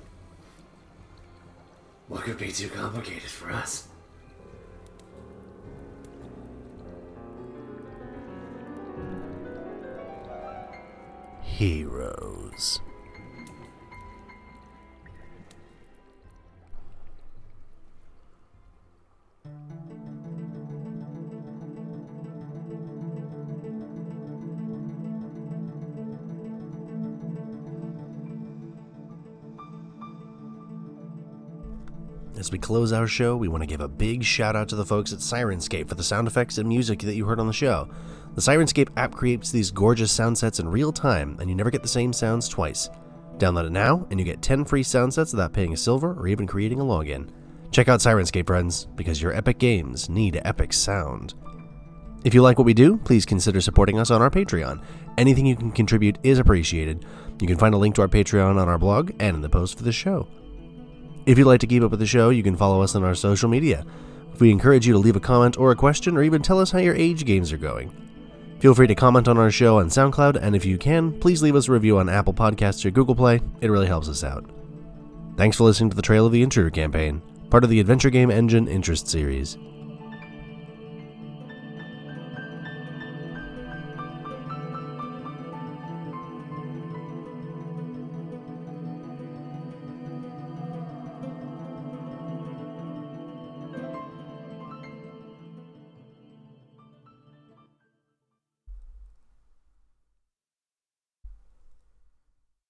What could be too complicated for us? Heroes. As we close our show, we want to give a big shout out to the folks at Sirenscape for the sound effects and music that you heard on the show. The Sirenscape app creates these gorgeous sound sets in real time, and you never get the same sounds twice. Download it now, and you get 10 free sound sets without paying a silver or even creating a login. Check out Sirenscape, friends, because your epic games need epic sound. If you like what we do, please consider supporting us on our Patreon. Anything you can contribute is appreciated. You can find a link to our Patreon on our blog and in the post for the show. If you'd like to keep up with the show, you can follow us on our social media. We encourage you to leave a comment or a question or even tell us how your age games are going. Feel free to comment on our show on SoundCloud, and if you can, please leave us a review on Apple Podcasts or Google Play. It really helps us out. Thanks for listening to the Trail of the Intruder campaign, part of the Adventure Game Engine Interest Series.